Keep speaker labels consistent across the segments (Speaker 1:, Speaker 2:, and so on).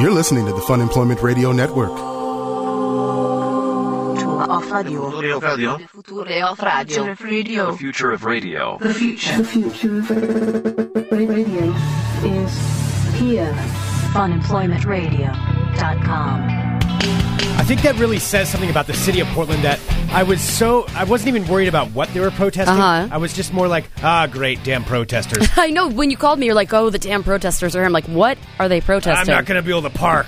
Speaker 1: You're listening to the Fun Employment Radio Network.
Speaker 2: Future of radio.
Speaker 3: Future
Speaker 2: Future
Speaker 3: of radio.
Speaker 2: of radio.
Speaker 3: The future of radio.
Speaker 2: The future.
Speaker 4: The future of radio is here.
Speaker 5: funemploymentradio.com.
Speaker 6: I think that really says something about the city of Portland that I was so I wasn't even worried about what they were protesting.
Speaker 7: Uh-huh.
Speaker 6: I was just more like, ah, great damn protesters.
Speaker 7: I know when you called me, you're like, "Oh, the damn protesters are here." I'm like, "What are they
Speaker 6: I'm
Speaker 7: protesting?"
Speaker 6: not going to be able to park.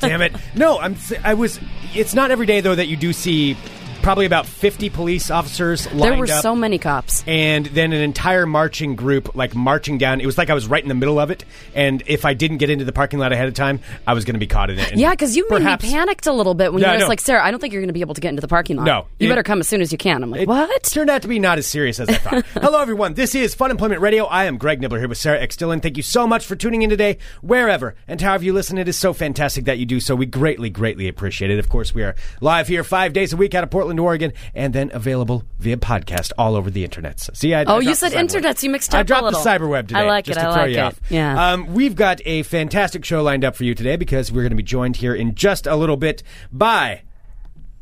Speaker 6: damn it. No, I'm I was it's not every day though that you do see probably about 50 police officers lined
Speaker 7: There were
Speaker 6: up.
Speaker 7: so many cops.
Speaker 6: and then an entire marching group like marching down. It was like I was right in the middle of it, and if I didn't get into the parking lot ahead of time, I was going to be caught in it. And
Speaker 7: Yeah, because you made
Speaker 6: perhaps-
Speaker 7: me panicked a little bit when
Speaker 6: Yeah, I
Speaker 7: you were
Speaker 6: know.
Speaker 7: just like, Sarah, I don't think you're going to be able to get into the parking lot.
Speaker 6: No.
Speaker 7: You
Speaker 6: It-
Speaker 7: better come as soon as you can. I'm like,
Speaker 6: It
Speaker 7: what?
Speaker 6: turned out to be not as serious as I thought. Hello, everyone. This is Fun Employment Radio. I am Greg Nibbler here with Sarah X. Dillon. Thank you so much for tuning in today, wherever and however you listen. It is so fantastic that you do so. We greatly, greatly appreciate it. Of course, we are live here five days a week out of Portland, Oregon, and then available via podcast all over the internet. So, see, I,
Speaker 7: Oh,
Speaker 6: I
Speaker 7: you
Speaker 6: dropped the
Speaker 7: said
Speaker 6: cyberweb.
Speaker 7: internets. You mixed
Speaker 6: I
Speaker 7: up a
Speaker 6: dropped
Speaker 7: little.
Speaker 6: the cyberweb today.
Speaker 7: I like
Speaker 6: just
Speaker 7: it.
Speaker 6: To
Speaker 7: I
Speaker 6: throw
Speaker 7: like
Speaker 6: you
Speaker 7: it.
Speaker 6: Off.
Speaker 7: Yeah.
Speaker 6: Um, we've got a fantastic show lined up for you today because we're going to be joined here in just a little bit by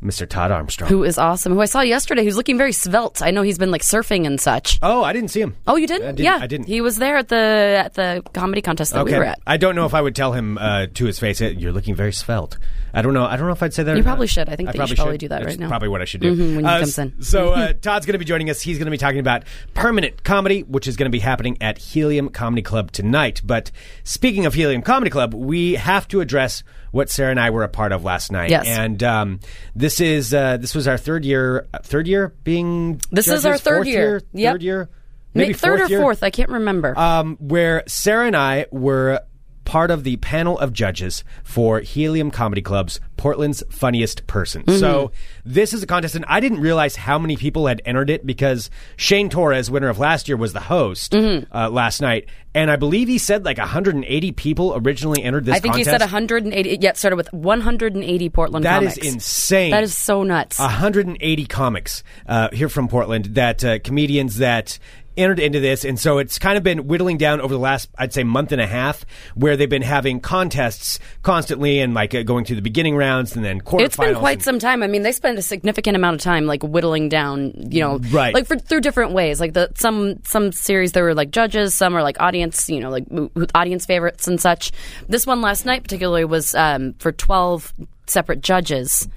Speaker 6: Mr. Todd Armstrong.
Speaker 7: Who is awesome? Who I saw yesterday? Who's looking very svelte? I know he's been like surfing and such.
Speaker 6: Oh, I didn't see him.
Speaker 7: Oh, you didn't?
Speaker 6: I didn't-
Speaker 7: yeah,
Speaker 6: I didn't. Uh,
Speaker 7: He was there at the at the comedy contest that we were at.
Speaker 6: I don't know if I would tell him uh, to his face, "Hey, "You're looking very svelte." I don't know. I don't know if I'd say that.
Speaker 7: You
Speaker 6: or
Speaker 7: probably
Speaker 6: not.
Speaker 7: should. I think that you should probably do that
Speaker 6: That's
Speaker 7: right now.
Speaker 6: Probably what I should do
Speaker 7: Mhm, when he
Speaker 6: Uh,
Speaker 7: comes in.
Speaker 6: So uh, Todd's going to be joining us. He's going to be talking about permanent comedy, which is going to be happening at Helium Comedy Club tonight. But speaking of Helium Comedy Club, we have to address what Sarah and I were a part of last night.
Speaker 7: Yes.
Speaker 6: and um, this is uh, this was our third year. uh, Third year being
Speaker 7: This is our
Speaker 6: judges?
Speaker 7: third
Speaker 6: Fourth
Speaker 7: year.
Speaker 6: year.
Speaker 7: Yep.
Speaker 6: Third year.
Speaker 7: Ma-
Speaker 6: Maybe
Speaker 7: third
Speaker 6: fourth
Speaker 7: or
Speaker 6: year?
Speaker 7: fourth, I can't remember.
Speaker 6: um, where Sarah and I were part of the panel of judges for Helium Comedy Club's Portland's Funniest Person.
Speaker 7: Mm-hmm.
Speaker 6: So this is a contest, and I didn't realize how many people had entered it because Shane Torres, winner of last year, was the host
Speaker 7: Mm-hmm.
Speaker 6: uh, last night, and I believe he said like 180 people originally entered this.
Speaker 7: I think you
Speaker 6: contest.
Speaker 7: said 180. Yet yeah, it started with 180 Portland.
Speaker 6: That is
Speaker 7: comics.
Speaker 6: insane.
Speaker 7: That is so nuts.
Speaker 6: Ah, 180 comics uh, here from Portland that uh, comedians that entered into this and so it's kind of been whittling down over the last i'd say month and a half where they've been having contests constantly and like uh, going through the beginning rounds and then quarterfinals
Speaker 7: It's been quite
Speaker 6: and-
Speaker 7: some time. I mean, they spend a significant amount of time like whittling down, you know,
Speaker 6: Right.
Speaker 7: Like for, through different ways. Like the some some series there were like judges, some are like audience, you know, like w- with audience favorites and such. This one last night particularly was um, for twelve separate judges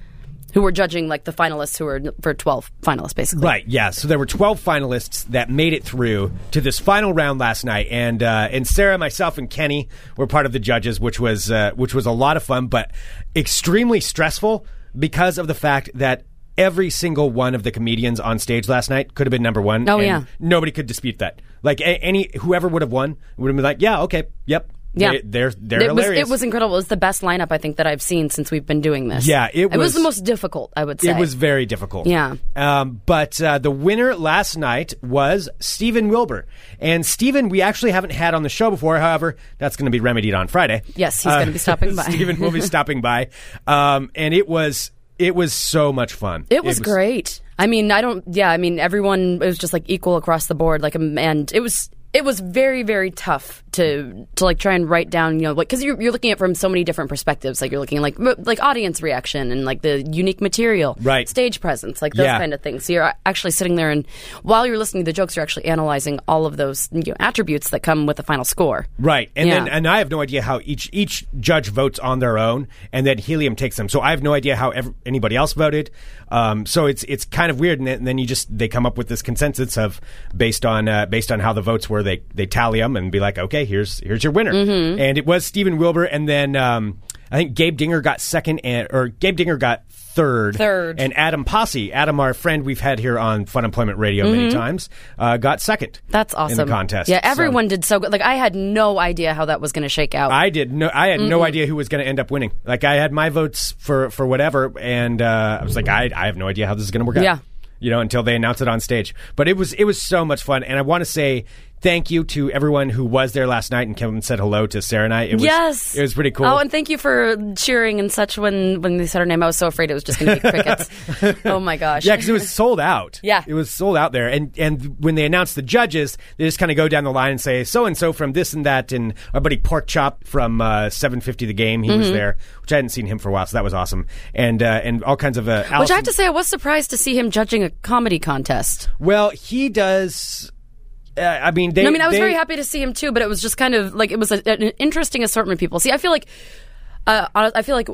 Speaker 7: who were judging like the finalists who were for twelve finalists basically.
Speaker 6: Right. Yeah. So there were twelve finalists that made it through to this final round last night, and uh, and Sarah, myself, and Kenny were part of the judges, which was uh, which was a lot of fun, but extremely stressful because of the fact that. Every single one of the comedians on stage last night could have been number one.
Speaker 7: Oh,
Speaker 6: and
Speaker 7: yeah.
Speaker 6: nobody could dispute that. Like a- any whoever would have won would have been like, yeah, okay, yep,
Speaker 7: Yeah.
Speaker 6: they, they're they're
Speaker 7: It was,
Speaker 6: hilarious.
Speaker 7: it was incredible. It was the best lineup I think that I've seen since we've been doing this.
Speaker 6: Yeah, it
Speaker 7: was
Speaker 6: was-
Speaker 7: the most difficult. I would say
Speaker 6: It was very difficult.
Speaker 7: Yeah.
Speaker 6: Um, but uh, the winner last night was Stephen Wilbur. And Stephen, we actually haven't had on the show before. However, that's going to be remedied on Friday.
Speaker 7: Yes, he's gonna be stopping by.
Speaker 6: Stephen will be stopping by. Um, and it was it was so much fun.
Speaker 7: It was, great. I mean, I don't. Yeah, I mean, everyone it was just like equal across the board. Like, um, and it was it was very very tough to to like try and write down you know like because you're, you're looking at it from so many different perspectives. Like you're looking like m- like audience reaction and like the unique material,
Speaker 6: Right.
Speaker 7: Stage presence, like those
Speaker 6: Yeah.
Speaker 7: kind of things. So you're actually sitting there and while you're listening to the jokes, you're actually analyzing all of those you know, attributes that come with the final score.
Speaker 6: Right, and
Speaker 7: Yeah.
Speaker 6: then and I have no idea how each each judge votes on their own, and then Helium takes them. So I have no idea how ev- anybody else voted. Um, so it's it's kind of weird, and then, and then you just they come up with this consensus of based on uh, based on how the votes were, they they tally them and be like, okay, here's here's your winner,
Speaker 7: Mm-hmm.
Speaker 6: and it was Stephen Wilbur, and then um, I think Gabe Dinger got second, and or Gabe Dinger got third,
Speaker 7: Third.
Speaker 6: and Adam Posse, Adam, our friend we've had here on Fun Employment Radio many times, uh, got second.
Speaker 7: Mm-hmm. That's awesome.
Speaker 6: in the contest.
Speaker 7: Yeah,
Speaker 6: So-
Speaker 7: everyone did so good. Like I had no idea how that was going to shake out.
Speaker 6: I did no. I had no idea who was going to end up winning. Like I had my votes for for whatever, and uh, I was like, I I have no idea how this is going to work out.
Speaker 7: Yeah.
Speaker 6: You know, until they announce it on stage. But it was it was so much fun, and I want to say thank you to everyone who was there last night and came and said hello to Sarah and I. It was,
Speaker 7: yes,
Speaker 6: it was pretty cool.
Speaker 7: Oh, and thank you for cheering and such when when they said her name. I was so afraid it was just going to be crickets. oh my gosh.
Speaker 6: Yeah, because it was sold out.
Speaker 7: Yeah.
Speaker 6: it was sold out there. And and when they announced the judges, they just kind of go down the line and say so and so from this and that, and our buddy Pork Chop from uh, Seven Fifty the Game, he
Speaker 7: Mm-hmm.
Speaker 6: was there, which I hadn't seen him for a while, so that was awesome. And uh, and all kinds of uh,
Speaker 7: Which I
Speaker 6: Allison-
Speaker 7: have to say, I was surprised to see him judging a comedy contest.
Speaker 6: well, he does. Uh, I mean, they.
Speaker 7: I mean, I was
Speaker 6: they-
Speaker 7: very happy to see him too, but it was just kind of like it was a, an interesting assortment of people. See, I feel like, uh, hon- I feel like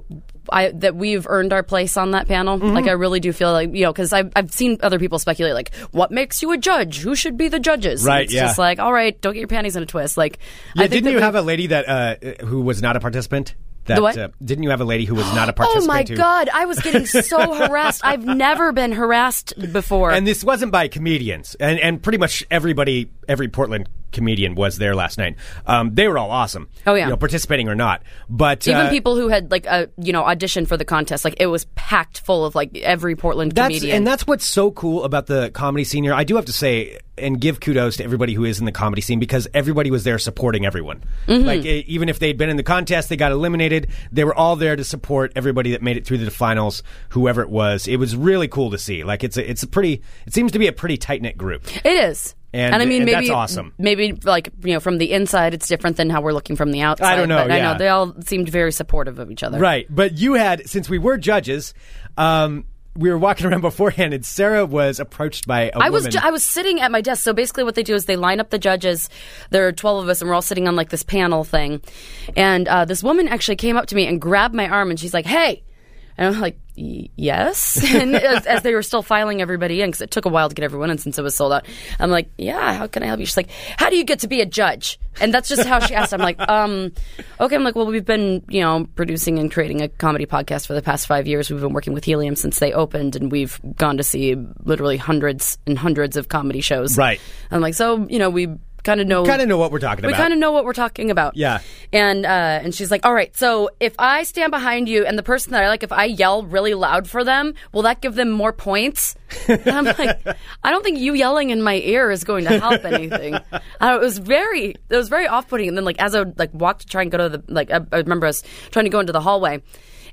Speaker 7: I that we've earned our place on that panel.
Speaker 6: Mm-hmm.
Speaker 7: Like, I really do feel like you know, because I've I've seen other people speculate like, what makes you a judge? Who should be the judges? And
Speaker 6: Right,
Speaker 7: it's
Speaker 6: yeah.
Speaker 7: Just like, all right, don't get your panties in a twist. Like, I
Speaker 6: Yeah,
Speaker 7: think
Speaker 6: didn't
Speaker 7: that
Speaker 6: you
Speaker 7: we-
Speaker 6: have a lady that uh, who was not a participant? That,
Speaker 7: what?
Speaker 6: Uh, didn't you have a lady who was not a
Speaker 7: Oh
Speaker 6: participant?
Speaker 7: my
Speaker 6: who-
Speaker 7: god! I was getting so harassed. I've never been harassed before.
Speaker 6: And this wasn't by comedians, and and pretty much everybody, every Portland comedian was there last night. Um, they were all awesome.
Speaker 7: Oh, yeah.
Speaker 6: you know, participating or not, but
Speaker 7: even
Speaker 6: uh,
Speaker 7: people who had like a you know audition for the contest, like it was packed full of like every Portland
Speaker 6: That's
Speaker 7: comedian.
Speaker 6: and that's what's so cool about the comedy scene here. I do have to say and give kudos to everybody who is in the comedy scene because everybody was there supporting everyone.
Speaker 7: Mm-hmm.
Speaker 6: Like e- even if they'd been in the contest, they got eliminated. They were all there to support everybody that made it through the finals, whoever it was. It was really cool to see. Like it's a, it's a pretty. It seems to be a pretty tight knit group.
Speaker 7: It is.
Speaker 6: And-
Speaker 7: I mean,
Speaker 6: and
Speaker 7: maybe
Speaker 6: that's awesome.
Speaker 7: Maybe like you know, from the inside, it's different than how we're looking from the outside.
Speaker 6: I don't know,
Speaker 7: But I
Speaker 6: yeah.
Speaker 7: know they all seemed very supportive of each other.
Speaker 6: Right. But you had, since we were judges, um, we were walking around beforehand, and Sarah was approached by a
Speaker 7: I
Speaker 6: woman.
Speaker 7: was ju- I was sitting at my desk. So basically, what they do is they line up the judges. There are twelve of us, and we're all sitting on like this panel thing. And uh, this woman actually came up to me and grabbed my arm, and she's like, "Hey," and I'm like, "Y- "Yes." And as, as they were still filing everybody in, because it took a while to get everyone in since it was sold out, I'm like, "Yeah, how can I help you?" She's like, "How do you get to be a judge?" And that's just how she asked. I'm like, "Um, okay." I'm like, "Well, we've been, you know, producing and creating a comedy podcast for the past five years. We've been working with Helium since they opened, and we've gone to see literally hundreds and hundreds of comedy shows.
Speaker 6: Right.
Speaker 7: I'm like, so you know, we kind of know,
Speaker 6: kind of know what we're talking
Speaker 7: we
Speaker 6: about.
Speaker 7: kind of know what we're talking about.
Speaker 6: Yeah.
Speaker 7: And uh, and she's like, all right, so if I stand behind you and the person that I like, if I yell really loud for them, will that give them more points? And I'm like, I don't think you yelling in my ear is going to help anything. And it was very, it was very off putting. And then like as I would like walk to try and go to the like, I, I remember us trying to go into the hallway.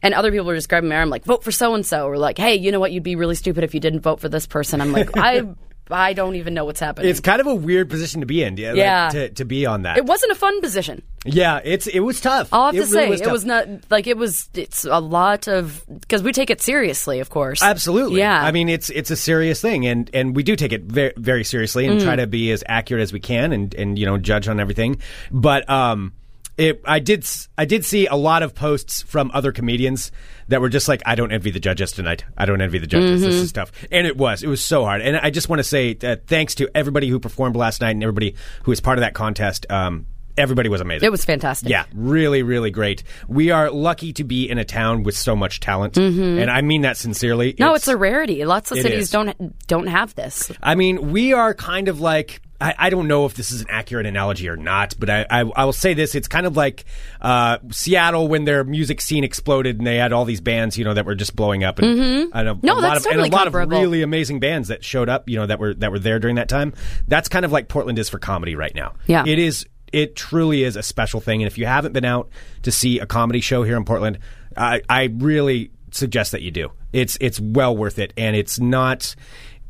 Speaker 7: And other people were just grabbing my arm, like, vote for so and so. Or, like, hey, you know what? You'd be really stupid if you didn't vote for this person. I'm like, I I don't even know what's happening.
Speaker 6: It's kind of a weird position to be in, yeah, like,
Speaker 7: Yeah.
Speaker 6: to, to be on that.
Speaker 7: it wasn't a fun position.
Speaker 6: yeah, it's it was tough.
Speaker 7: I'll have
Speaker 6: It
Speaker 7: to
Speaker 6: really
Speaker 7: say it
Speaker 6: tough.
Speaker 7: was not like it was. It's a lot of because we take it seriously, of course.
Speaker 6: Absolutely.
Speaker 7: Yeah.
Speaker 6: I mean, it's it's a serious thing, and and we do take it very very seriously and try to be as accurate as we can, and and you know judge on everything. But um, it I did s- I did see a lot of posts from other comedians that were just like, I don't envy the judges tonight. I don't envy the judges. This is tough, and it was it was so hard. And I just want to say uh, thanks to everybody who performed last night and everybody who was part of that contest. Um, everybody was amazing.
Speaker 7: it was fantastic.
Speaker 6: Yeah, really, really great. We are lucky to be in a town with so much talent, and I mean that sincerely.
Speaker 7: Mm-hmm. No, it's, a rarity. Lots of
Speaker 6: It
Speaker 7: cities
Speaker 6: is.
Speaker 7: don't don't have this.
Speaker 6: I mean, we are kind of like. I, I don't know if this is an accurate analogy or not, but I, I, I will say this: it's kind of like uh, Seattle when their music scene exploded and they had all these bands, you know, that were just blowing up, and, and a,
Speaker 7: Mm-hmm. No,
Speaker 6: a lot
Speaker 7: that's
Speaker 6: of
Speaker 7: totally
Speaker 6: and a lot
Speaker 7: comparable.
Speaker 6: of really amazing bands that showed up, you know, that were that were there during that time. That's kind of like Portland is for comedy right now.
Speaker 7: Yeah.
Speaker 6: it is. It truly is a special thing, and if you haven't been out to see a comedy show here in Portland, I, I really suggest that you do. It's it's well worth it, and it's not.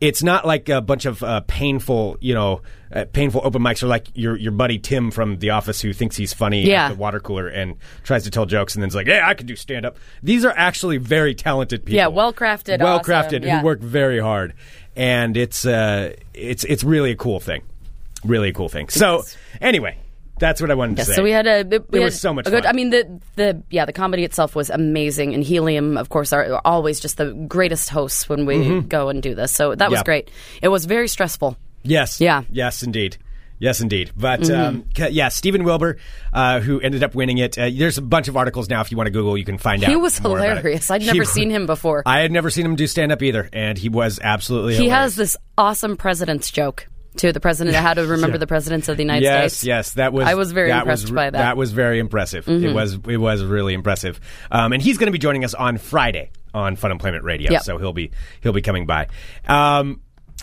Speaker 6: It's not like a bunch of uh, painful, you know, uh, painful open mics, or like your your buddy Tim from the office who thinks he's funny
Speaker 7: Yeah.
Speaker 6: at the water cooler and tries to tell jokes, and then's like, "Yeah, I can do stand up." These are actually very talented people.
Speaker 7: Yeah, well-crafted,
Speaker 6: well
Speaker 7: awesome,
Speaker 6: crafted,
Speaker 7: yeah.
Speaker 6: who work very hard, and it's uh, it's it's really a cool thing, really a cool thing. So anyway, that's what I wanted to say.
Speaker 7: So we had a it, we
Speaker 6: It
Speaker 7: had
Speaker 6: was so much
Speaker 7: a good.
Speaker 6: fun.
Speaker 7: I mean the the yeah the comedy itself was amazing, and Helium of course are always just the greatest hosts when we go and do this. So that was
Speaker 6: Mm-hmm. Yeah.
Speaker 7: great. It was very stressful.
Speaker 6: Yes.
Speaker 7: Yeah. Mm-hmm.
Speaker 6: Yes, indeed. Yes, indeed. But um, ca- yeah, Stephen Wilbur, uh, who ended up winning it. Uh, there's a bunch of articles now. If you want to Google, you can find out.
Speaker 7: He was
Speaker 6: more about it.
Speaker 7: hilarious. I'd
Speaker 6: He
Speaker 7: never
Speaker 6: was-
Speaker 7: seen him before.
Speaker 6: I had never seen him do stand up either, and he was absolutely.
Speaker 7: he
Speaker 6: hilarious.
Speaker 7: has this awesome president's joke to the president. How to remember the presidents of the United
Speaker 6: yes,
Speaker 7: States?
Speaker 6: yes, that was.
Speaker 7: I was very
Speaker 6: that
Speaker 7: impressed
Speaker 6: was,
Speaker 7: by that. Mm-hmm.
Speaker 6: That was very impressive. It was. It was really impressive. Um, and he's going to be joining us on Friday on Fun Employment Radio.
Speaker 7: Yep.
Speaker 6: So he'll be he'll be coming by. Um,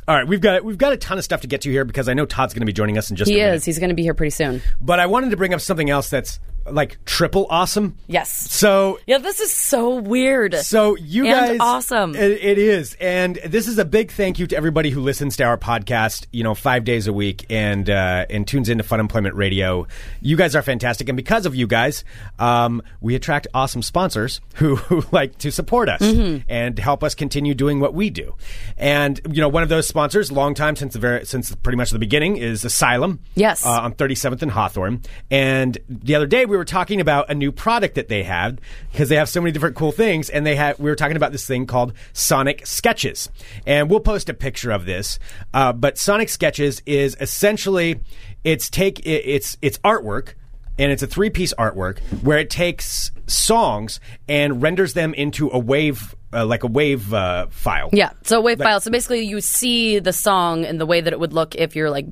Speaker 6: All right, we've got we've got a ton of stuff to get to here because I know Todd's going to be joining us in just a
Speaker 7: He
Speaker 6: minute.
Speaker 7: is. He's going to be here pretty soon.
Speaker 6: But I wanted to bring up something else that's like triple awesome.
Speaker 7: Yes.
Speaker 6: So
Speaker 7: Yeah, this is so weird.
Speaker 6: So you
Speaker 7: And
Speaker 6: guys,
Speaker 7: awesome.
Speaker 6: It, it is, and this is a big thank you to everybody who listens to our podcast. You know, five days a week, and uh, and tunes into Fun Employment Radio. You guys are fantastic, and because of you guys, um, we attract awesome sponsors who, who like to support us
Speaker 7: Mm-hmm.
Speaker 6: and help us continue doing what we do. And you know, one of those sponsors, long time since the very, since pretty much the beginning, is Asylum.
Speaker 7: Yes.
Speaker 6: Uh, on 37th and Hawthorne. And the other day we were talking about a new product that they had because they have so many different cool things. And they had we were talking about this thing called Sonic Sketches, and we'll post a picture of this. Uh, but Sonic Sketches is essentially it's take i- it's it's artwork. And it's a three piece artwork where it takes songs and renders them into a wave, uh, like a wave uh, file.
Speaker 7: Yeah. So wave file. So basically, you see the song and the way that it would look if you're like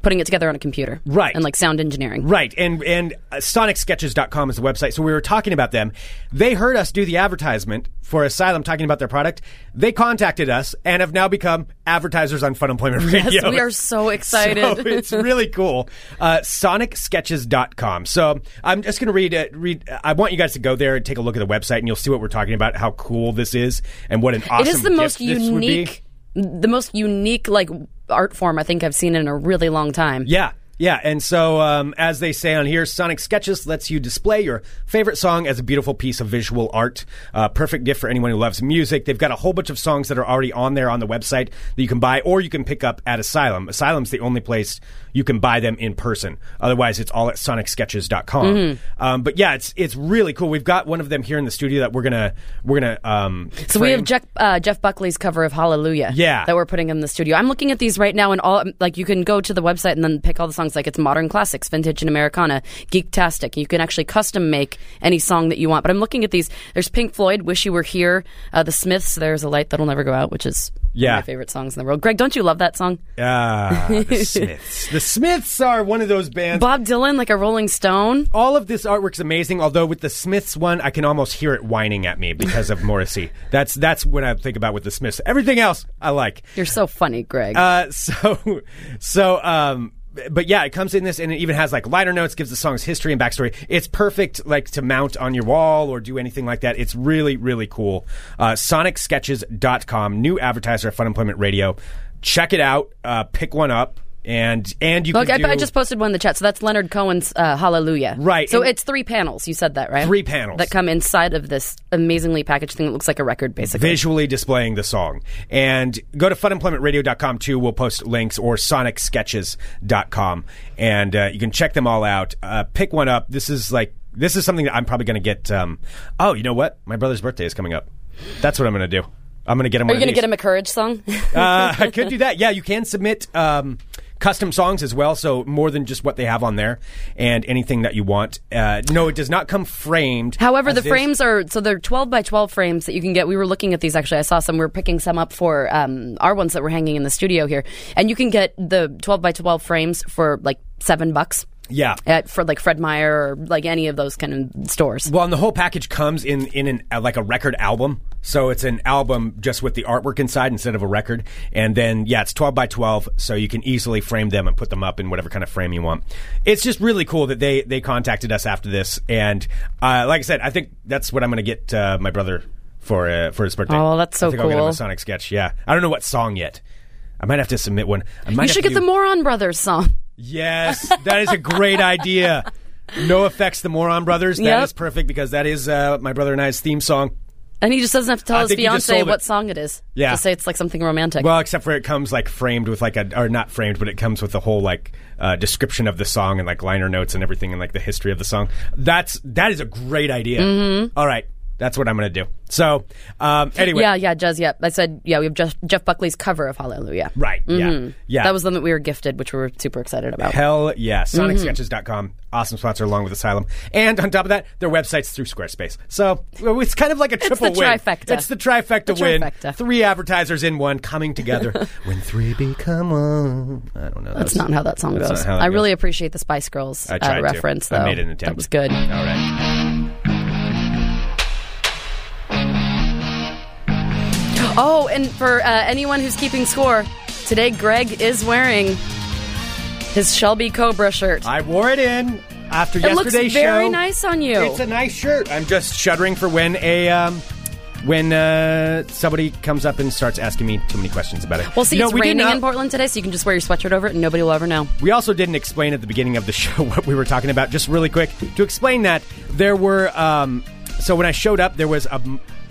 Speaker 7: putting it together on a computer,
Speaker 6: Right.
Speaker 7: And like sound engineering,
Speaker 6: Right. And and uh, sonicsketches.com is the website. So we were talking about them. They heard us do the advertisement for Asylum talking about their product. They contacted us and have now become advertisers on Fun Employment Radio.
Speaker 7: Yes, we are so excited.
Speaker 6: So it's really cool. Uh, sonicsketches.com. So I'm just going to read it. Read. I want you guys to go there and take a look at the website, and you'll see what we're talking about, how cool this is, and what an awesome
Speaker 7: it is the most
Speaker 6: gift this would be.
Speaker 7: unique, the most unique like art form I think I've seen in a really long time.
Speaker 6: Yeah. Yeah, and so um, as they say on here, Sonic Sketches lets you display your favorite song as a beautiful piece of visual art. Uh, perfect gift for anyone who loves music. They've got a whole bunch of songs that are already on there on the website that you can buy or you can pick up at Asylum. Asylum's the only place you can buy them in person. Otherwise, it's all at sonicsketches.com. Um, but yeah, it's it's really cool. We've got one of them here in the studio that we're gonna we're gonna. Um,
Speaker 7: So we have
Speaker 6: frame.
Speaker 7: Jeff, uh, Jeff Buckley's cover of Hallelujah.
Speaker 6: Yeah.
Speaker 7: That we're putting in the studio. I'm looking at these right now, and all like you can go to the website and then pick all the songs. Like it's modern classics, vintage and Americana, geektastic. You can actually custom make any song that you want. But I'm looking at these. There's Pink Floyd, Wish You Were Here, uh, The Smiths. There's a light that'll never go out, which is
Speaker 6: Yeah.
Speaker 7: one of my favorite songs in the world. Greg, don't you love that song?
Speaker 6: Ah, the Smiths. the Smiths are one of those bands.
Speaker 7: Bob Dylan, like a Rolling Stone.
Speaker 6: all of this artwork's amazing. Although with the Smiths one, I can almost hear it whining at me because of Morrissey. That's that's what I think about with the Smiths. Everything else I like.
Speaker 7: You're so funny, Greg.
Speaker 6: Uh, so so um. But yeah, it comes in this, and it even has like liner notes, gives the song's history and backstory. It's perfect, like to mount on your wall or do anything like that. It's really, really cool. Uh, SonicSketches.com, new advertiser at Fun Employment Radio. Check it out. Uh, pick one up, and and you
Speaker 7: Look,
Speaker 6: can
Speaker 7: I,
Speaker 6: do
Speaker 7: I just posted one in the chat. So that's Leonard Cohen's uh, Hallelujah.
Speaker 6: Right,
Speaker 7: So
Speaker 6: and-
Speaker 7: it's three panels. You said that, right?
Speaker 6: Three panels.
Speaker 7: That come inside of this amazingly packaged thing that looks like a record, basically.
Speaker 6: visually displaying the song. And go to funemploymentradio.com too. We'll post links or sonicsketches.com. And uh, you can check them all out. Uh, pick one up. This is like, this is something that I'm probably going to get. Um, oh, you know what? My brother's birthday is coming up. That's what I'm going to do. I'm going to get him
Speaker 7: Are
Speaker 6: one
Speaker 7: you
Speaker 6: going to
Speaker 7: get him a Courage song?
Speaker 6: uh, I could do that. Yeah, you can submit um, custom songs as well, so more than just what they have on there and anything that you want. Uh, no, it does not come framed.
Speaker 7: However,
Speaker 6: as
Speaker 7: the
Speaker 6: it is-
Speaker 7: frames are so they're 12 by 12 frames that you can get. We were looking at these actually. I saw some. We were picking some up for um, our ones that were hanging in the studio here, and you can get the 12 by 12 frames for like seven bucks
Speaker 6: Yeah.
Speaker 7: at for like Fred Meyer or like any of those kind of stores.
Speaker 6: Well, and the whole package comes in in an uh, like a record album, so it's an album just with the artwork inside instead of a record. And then yeah, it's twelve by twelve, so you can easily frame them and put them up in whatever kind of frame you want. It's just really cool that they they contacted us after this, and uh, like I said, I think that's what I'm going to get uh, my brother for uh, for his birthday.
Speaker 7: Oh, that's so
Speaker 6: I think I'll get him
Speaker 7: cool.
Speaker 6: a Sonic sketch. Yeah, I don't know what song yet. I might have to submit one. I might
Speaker 7: You
Speaker 6: have
Speaker 7: should
Speaker 6: to
Speaker 7: get
Speaker 6: do-
Speaker 7: the Moron Brothers song.
Speaker 6: Yes, that is a great idea. No effects, the Moron Brothers. That is
Speaker 7: Yep.
Speaker 6: perfect because that is uh, my brother and I's theme song.
Speaker 7: And he just doesn't have to tell
Speaker 6: I
Speaker 7: his
Speaker 6: think you just
Speaker 7: fiance
Speaker 6: sold it.
Speaker 7: what song it is.
Speaker 6: Yeah.
Speaker 7: Just say it's like something romantic.
Speaker 6: Well, except for it comes like framed with like a, or not framed, but it comes with the whole like uh, description of the song and like liner notes and everything and like the history of the song. That's that is a great idea. All right, that's what I'm gonna do. So um, anyway,
Speaker 7: Mm-hmm. yeah, yeah, Jez, yeah. I said, yeah, we have Jeff, Jeff Buckley's cover of Hallelujah.
Speaker 6: right, yeah, yeah.
Speaker 7: Mm-hmm. That was the one that we were gifted, which we were super excited about.
Speaker 6: Hell yeah.
Speaker 7: Mm-hmm.
Speaker 6: SonicSketches.com. Awesome sponsor along with Asylum. And on top of that, their website's through Squarespace. So well, it's kind of like a triple
Speaker 7: the
Speaker 6: win.
Speaker 7: trifecta.
Speaker 6: It's the trifecta
Speaker 7: The
Speaker 6: win.
Speaker 7: trifecta.
Speaker 6: Three advertisers in one coming together when three become one. I don't know.
Speaker 7: That's not how that song
Speaker 6: That's
Speaker 7: goes.
Speaker 6: not how that
Speaker 7: I
Speaker 6: goes.
Speaker 7: really appreciate the Spice Girls
Speaker 6: I tried
Speaker 7: uh,
Speaker 6: to.
Speaker 7: reference,
Speaker 6: I
Speaker 7: though.
Speaker 6: made an attempt.
Speaker 7: That was good.
Speaker 6: All right.
Speaker 7: Oh, and for uh, anyone who's keeping score, today Greg is wearing his Shelby Cobra shirt.
Speaker 6: I wore it in after
Speaker 7: it looks
Speaker 6: Uh, yesterday's
Speaker 7: very
Speaker 6: show.
Speaker 7: nice on you.
Speaker 6: It's a nice shirt. I'm just shuddering for when a um, when uh, somebody comes up and starts asking me too many questions about it.
Speaker 7: well, see,
Speaker 6: You know,
Speaker 7: it's
Speaker 6: we did
Speaker 7: raining
Speaker 6: not-
Speaker 7: in Portland today, so you can just wear your sweatshirt over it, and nobody will ever know.
Speaker 6: We also didn't explain at the beginning of the show what we were talking about. Just really quick to explain that there were um, so when I showed up, there was a,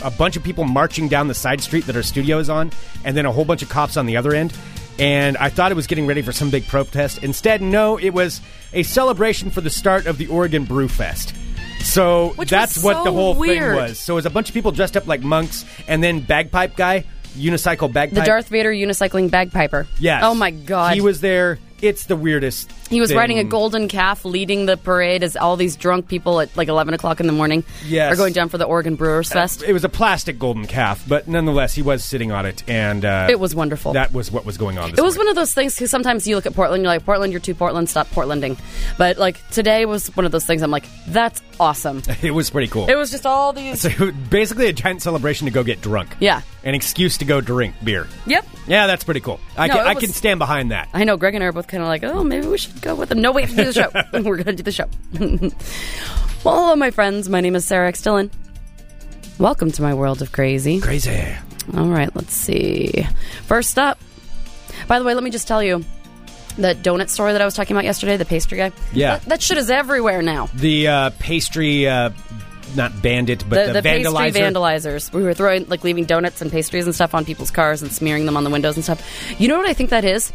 Speaker 6: a bunch of people marching down the side street that our studio is on, and then a whole bunch of cops on the other end. And I thought it was getting ready for some big protest. Instead, no, it was a celebration for the start of the Oregon Brew Fest. So
Speaker 7: Which
Speaker 6: that's
Speaker 7: was
Speaker 6: what
Speaker 7: so
Speaker 6: the whole
Speaker 7: weird.
Speaker 6: thing was. So it was a bunch of people dressed up like monks, and then bagpipe guy, unicycle
Speaker 7: The
Speaker 6: bagpipe.
Speaker 7: Darth Vader unicycling bagpiper.
Speaker 6: Yes.
Speaker 7: Oh my God.
Speaker 6: He was there. It's the weirdest.
Speaker 7: He was riding a
Speaker 6: thing.
Speaker 7: golden calf, leading the parade as all these drunk people at like eleven o'clock in the morning
Speaker 6: Yes.
Speaker 7: are going down for the Oregon Brewers Fest.
Speaker 6: It was a plastic golden calf, but nonetheless, he was sitting on it, and uh,
Speaker 7: It was wonderful.
Speaker 6: That was what was going on. This
Speaker 7: It was
Speaker 6: morning.
Speaker 7: one of those things because sometimes you look at Portland, you're like, Portland, you're too Portland, stop Portlanding. But like today was one of those things I'm like, that's awesome.
Speaker 6: It was pretty cool.
Speaker 7: it was just all these.
Speaker 6: so basically a giant celebration to go get drunk.
Speaker 7: Yeah.
Speaker 6: an excuse to go drink beer.
Speaker 7: Yep.
Speaker 6: Yeah, that's pretty cool. I,
Speaker 7: No,
Speaker 6: can,
Speaker 7: it
Speaker 6: I
Speaker 7: was-
Speaker 6: can stand behind that.
Speaker 7: I know Greg and I are both kind of like, oh, maybe we should go with them. No, we have to do the show. We're going to do the show. well, hello, my friends. My name is Sarah X. Dillon. Welcome to my world of crazy.
Speaker 6: Crazy.
Speaker 7: All right, let's see. First up, by the way, let me just tell you that donut store that I was talking about yesterday, the pastry guy.
Speaker 6: Yeah.
Speaker 7: That, that shit is everywhere now.
Speaker 6: The uh, pastry, uh, not bandit, but
Speaker 7: The, the
Speaker 6: the,
Speaker 7: pastry
Speaker 6: vandalizer.
Speaker 7: vandalizers. We were throwing, like, leaving donuts and pastries and stuff on people's cars and smearing them on the windows and stuff. You know what I think that is?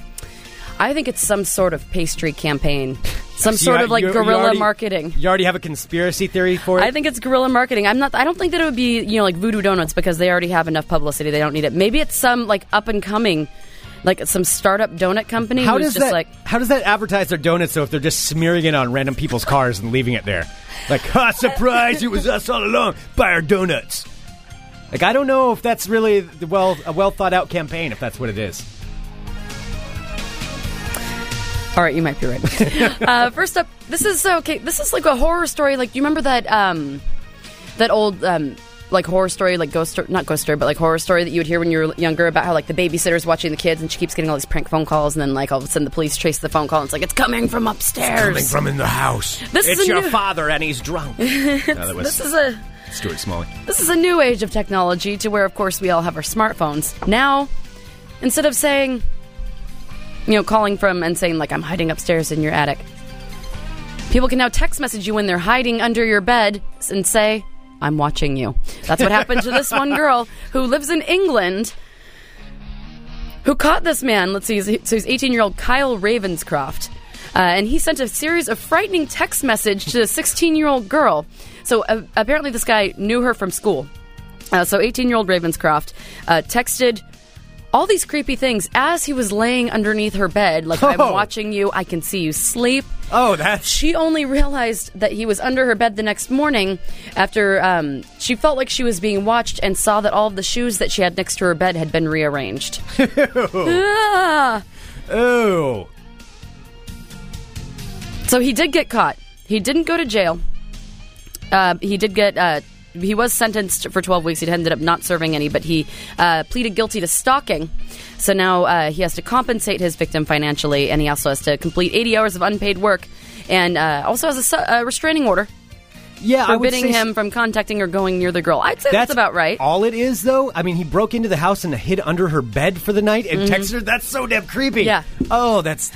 Speaker 7: I think it's some sort of pastry campaign, some
Speaker 6: So
Speaker 7: sort
Speaker 6: you ha-
Speaker 7: of like
Speaker 6: you- you
Speaker 7: guerrilla
Speaker 6: already-
Speaker 7: marketing.
Speaker 6: You already have a conspiracy theory for it.
Speaker 7: I think it's guerrilla marketing. I'm not. I don't think that it would be you know like Voodoo Donuts because they already have enough publicity. They don't need it. Maybe it's some like up and coming, like some startup donut company
Speaker 6: how
Speaker 7: who's
Speaker 6: does
Speaker 7: just
Speaker 6: that?
Speaker 7: like.
Speaker 6: how does that advertise their donuts? though if they're just smearing it on random people's cars and leaving it there, like ha, surprise, it was us all along. Buy our donuts. Like I don't know if that's really the well a well thought out campaign. If that's what it is,
Speaker 7: All right, you might be right. uh, first up, this is okay. This is like a horror story. Like you remember that um, that old um. Like horror story, like ghost, story, not ghost story, but like horror story that you would hear when you were younger about how like the babysitter's watching the kids and she keeps getting all these prank phone calls and then like all of a sudden the police chase the phone call and it's like it's coming from upstairs.
Speaker 6: from in the house.
Speaker 7: This is
Speaker 6: it's
Speaker 7: a
Speaker 6: your
Speaker 7: new-
Speaker 6: father, and he's drunk. no, that was
Speaker 7: This is a
Speaker 6: Stuart Smalley.
Speaker 7: This is a new age of technology to where, of course, we all have our smartphones. Now, instead of saying, you know, calling from and saying, like, I'm hiding upstairs in your attic, people can now text message you when they're hiding under your bed and say, I'm watching you. That's what happened to this one girl who lives in England who caught this man. Let's see, he's- so he's 18 year old Kyle Ravenscroft. Uh, and he sent a series of frightening text message to a 16 year old girl. So uh, apparently, this guy knew her from school. Uh, so 18 year old Ravenscroft uh, texted all these creepy things as he was laying underneath her bed, like, I'm
Speaker 6: Oh.
Speaker 7: watching you, I can see you sleep.
Speaker 6: Oh, that's
Speaker 7: She only realized that he was under her bed the next morning after um, she felt like she was being watched and saw that all of the shoes that she had next to her bed had been rearranged. Ah.
Speaker 6: oh.
Speaker 7: So he did get caught. He didn't go to jail. Uh, he did get. Uh, he was sentenced for 12 weeks. He ended up not serving any, but he uh, pleaded guilty to stalking. So now uh, he has to compensate his victim financially, and he also has to complete 80 hours of unpaid work, and uh, also has a, su- a restraining order
Speaker 6: Yeah, I would
Speaker 7: forbidding
Speaker 6: say
Speaker 7: him from contacting or going near the girl. I'd say that's,
Speaker 6: That's
Speaker 7: about right.
Speaker 6: All it is, though, I mean, he broke into the house and hid under her bed for the night and texted her. That's so damn creepy.
Speaker 7: Mm-hmm. Yeah.
Speaker 6: Oh, that's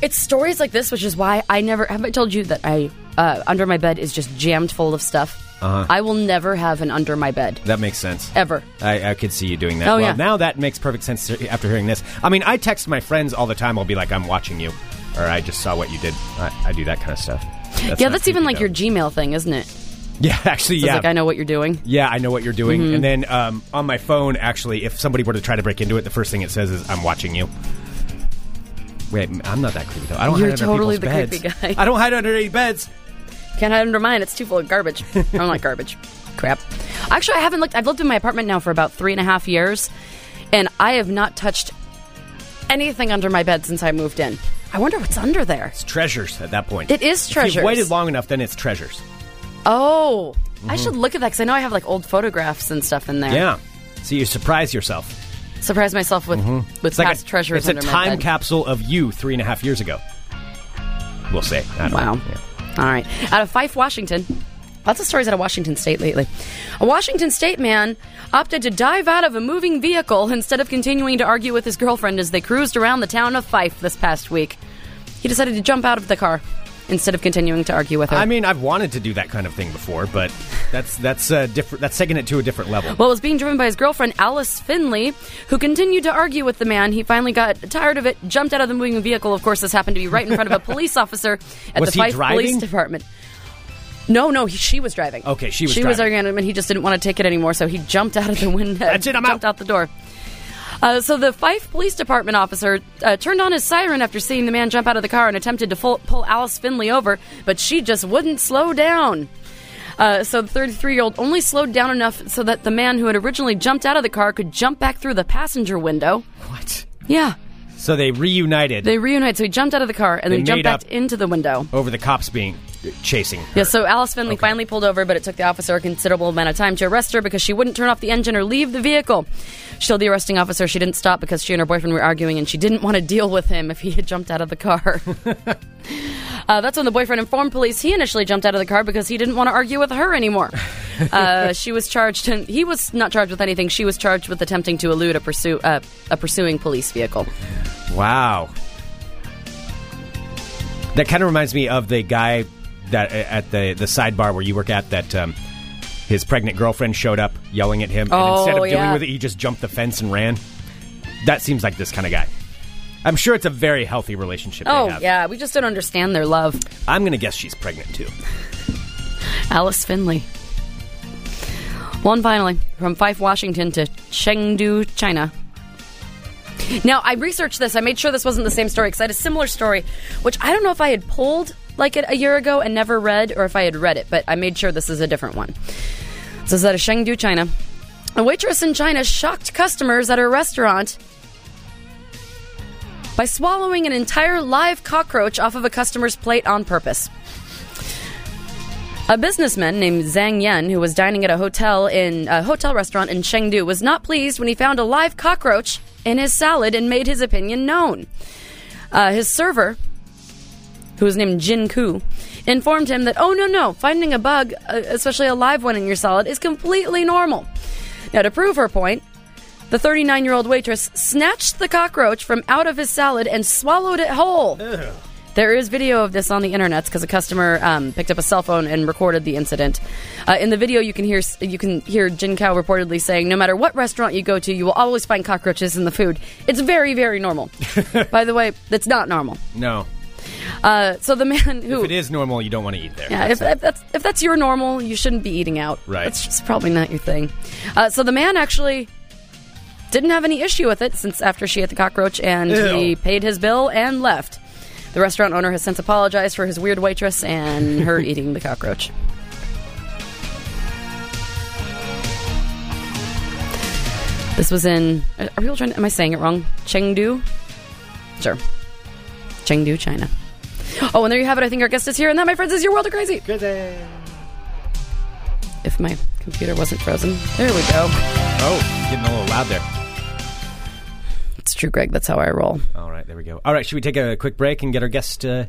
Speaker 7: It's stories like this, which is why I never have I told you that I uh, under my bed is just jammed full of stuff.
Speaker 6: Uh-huh.
Speaker 7: I will never have an under my bed
Speaker 6: that makes sense.
Speaker 7: ever.
Speaker 6: I, I could see you doing that.
Speaker 7: Oh,
Speaker 6: well,
Speaker 7: yeah.
Speaker 6: now that makes perfect sense after hearing this. I mean, I text my friends all the time. I'll be like, "I'm watching you," or "I just saw what you did." I, I do that kind of stuff.
Speaker 7: yeah,
Speaker 6: not
Speaker 7: that's even
Speaker 6: creepy,
Speaker 7: like
Speaker 6: though.
Speaker 7: your Gmail thing, isn't it? It's
Speaker 6: yeah, actually, yeah,
Speaker 7: like I know Mm-hmm. what you're doing.
Speaker 6: yeah, I know what you're doing. And then um, on my phone, actually, if somebody were to try to break into it, the first thing it says is, "I'm watching you." Wait, I'm not that creepy though. I don't
Speaker 7: You're
Speaker 6: hide under
Speaker 7: totally
Speaker 6: people's
Speaker 7: the
Speaker 6: beds.
Speaker 7: creepy guy.
Speaker 6: I don't hide under any beds.
Speaker 7: Can't hide under mine; it's too full of garbage. I don't like garbage. Crap. Actually, I haven't looked. I've lived in my apartment now for about three and a half years, and I have not touched anything under my bed since I moved in. I wonder what's under there.
Speaker 6: It's treasures at that point.
Speaker 7: It is
Speaker 6: If
Speaker 7: treasures.
Speaker 6: you've waited long enough, then it's treasures. Mm-hmm.
Speaker 7: Oh, I should look at that because I know I have like old photographs and stuff in there.
Speaker 6: Yeah. So you surprise yourself.
Speaker 7: surprise myself with with
Speaker 6: Mm-hmm. It's like
Speaker 7: past
Speaker 6: a,
Speaker 7: treasures
Speaker 6: It's a
Speaker 7: under my
Speaker 6: time
Speaker 7: bed.
Speaker 6: capsule of you three and a half years ago. We'll say. I don't
Speaker 7: Wow.
Speaker 6: know. Yeah.
Speaker 7: All right. Out of Fife, Washington. Lots of stories out of Washington State lately. A Washington State man opted to dive out of a moving vehicle instead of continuing to argue with his girlfriend as they cruised around the town of Fife this past week. He decided to jump out of the car instead of continuing to argue with her.
Speaker 6: I mean, I've wanted to do that kind of thing before, but that's that's uh, different. That's taking it to a different level.
Speaker 7: Well, it was being driven by his girlfriend, Alice Finley, who continued to argue with the man. He finally got tired of it, jumped out of the moving vehicle. Of course, this happened to be right in front of a police officer at
Speaker 6: Was
Speaker 7: the
Speaker 6: he
Speaker 7: Fife Police
Speaker 6: driving?
Speaker 7: Department. No, no, he, she was driving.
Speaker 6: Okay, she was
Speaker 7: She was
Speaker 6: driving.
Speaker 7: arguing, with him, and he just didn't want to take it anymore, so he jumped out of the window.
Speaker 6: That's it, I'm
Speaker 7: jumped
Speaker 6: out.
Speaker 7: out the door. Uh, so the Fife Police Department officer uh, turned on his siren after seeing the man jump out of the car and attempted to full, pull Alice Finley over, but she just wouldn't slow down. Uh, so the 33 year old only slowed down enough so that the man who had originally jumped out of the car could jump back through the passenger window.
Speaker 6: What?
Speaker 7: Yeah,
Speaker 6: So they reunited
Speaker 7: they reunited. So he jumped out of the car and
Speaker 6: They
Speaker 7: then jumped
Speaker 6: made
Speaker 7: back
Speaker 6: up.
Speaker 7: into the window.
Speaker 6: over the cops being chasing. her.
Speaker 7: Yeah, so Alice Finley
Speaker 6: Okay.
Speaker 7: finally pulled over, but it took the officer a considerable amount of time to arrest her because she wouldn't turn off the engine or leave the vehicle. She told the arresting officer she didn't stop because she and her boyfriend were arguing and she didn't want to deal with him if he had jumped out of the car. uh, that's when the boyfriend informed police he initially jumped out of the car because he didn't want to argue with her anymore. Uh, she was charged, and he was not charged with anything. She was charged with attempting to elude a, pursue, uh, a pursuing police vehicle.
Speaker 6: Wow. That kind of reminds me of the guy that at the the sidebar where you work at that um, his pregnant girlfriend showed up yelling at him, and
Speaker 7: Oh,
Speaker 6: instead of dealing
Speaker 7: yeah.
Speaker 6: with it, he just jumped the fence and ran. That seems like this kind of guy. I'm sure it's a very healthy relationship. they
Speaker 7: Oh,
Speaker 6: have.
Speaker 7: yeah, we just don't understand their love.
Speaker 6: I'm gonna guess she's pregnant too.
Speaker 7: Alice Finley. Well, and finally, from Fife, Washington to Chengdu, China. Now, I researched this. I made sure this wasn't the same story because I had a similar story, which I don't know if I had pulled like it a year ago and never read, or if I had read it, but I made sure this is a different one. So it's out of Chengdu, China. A waitress in China shocked customers at her restaurant by swallowing an entire live cockroach off of a customer's plate on purpose. A businessman named Zhang Yan, who was dining at a hotel in a hotel restaurant in Chengdu, was not pleased when he found a live cockroach in his salad and made his opinion known. Uh, his server, who was named Jin Ku, informed him that, "Oh no, no! Finding a bug, uh, especially a live one in your salad, is completely normal." Now, to prove her point, the 39-year-old waitress snatched the cockroach from out of his salad and swallowed it whole. There is video of this on the internet because a customer um, picked up a cell phone and recorded the incident. Uh, in the video, you can hear you can hear Jin Kao reportedly saying, "No matter what restaurant you go to, you will always find cockroaches in the food. It's very, very normal." By the way, that's not normal.
Speaker 6: No,
Speaker 7: Uh, so the man who
Speaker 6: if it is normal, you don't want to eat there.
Speaker 7: yeah, if, if that's if that's your normal, you shouldn't be eating out.
Speaker 6: Right.
Speaker 7: that's just probably not your thing. Uh, so the man actually didn't have any issue with it since after she ate the cockroach and he
Speaker 6: Ew.
Speaker 7: paid his bill and left. The restaurant owner has since apologized for his weird waitress and her eating the cockroach. This was in. Are people trying? Am I saying it wrong? Chengdu, sure. Chengdu, China. Oh, and there you have it. I think our guest is here, and that, my friends, is your world of crazy. Good If my computer wasn't frozen, there we go.
Speaker 6: Oh, getting a little loud there.
Speaker 7: It's true, Greg. That's how I roll.
Speaker 6: All right, there we go. All right, should we take a quick break and get our guest, uh,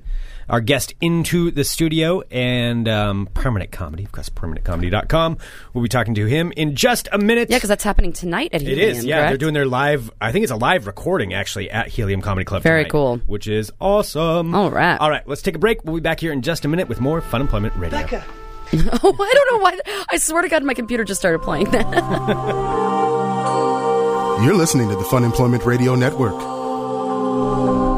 Speaker 6: our guest into the studio and um, permanent comedy, of course, permanentcomedy.com. We'll be talking to him in just a minute.
Speaker 7: Yeah, because that's happening tonight at
Speaker 6: it
Speaker 7: Helium.
Speaker 6: is. Yeah, they're
Speaker 7: correct?
Speaker 6: doing their live. I think it's a live recording actually at Helium Comedy Club.
Speaker 7: Very
Speaker 6: tonight,
Speaker 7: cool.
Speaker 6: which is awesome.
Speaker 7: All right.
Speaker 6: all right. Let's take a break. We'll be back here in just a minute with more Fun Employment Radio.
Speaker 7: Oh, I don't know why. I swear to God, my computer just started playing that.
Speaker 1: You're listening to the Fun Employment Radio Network.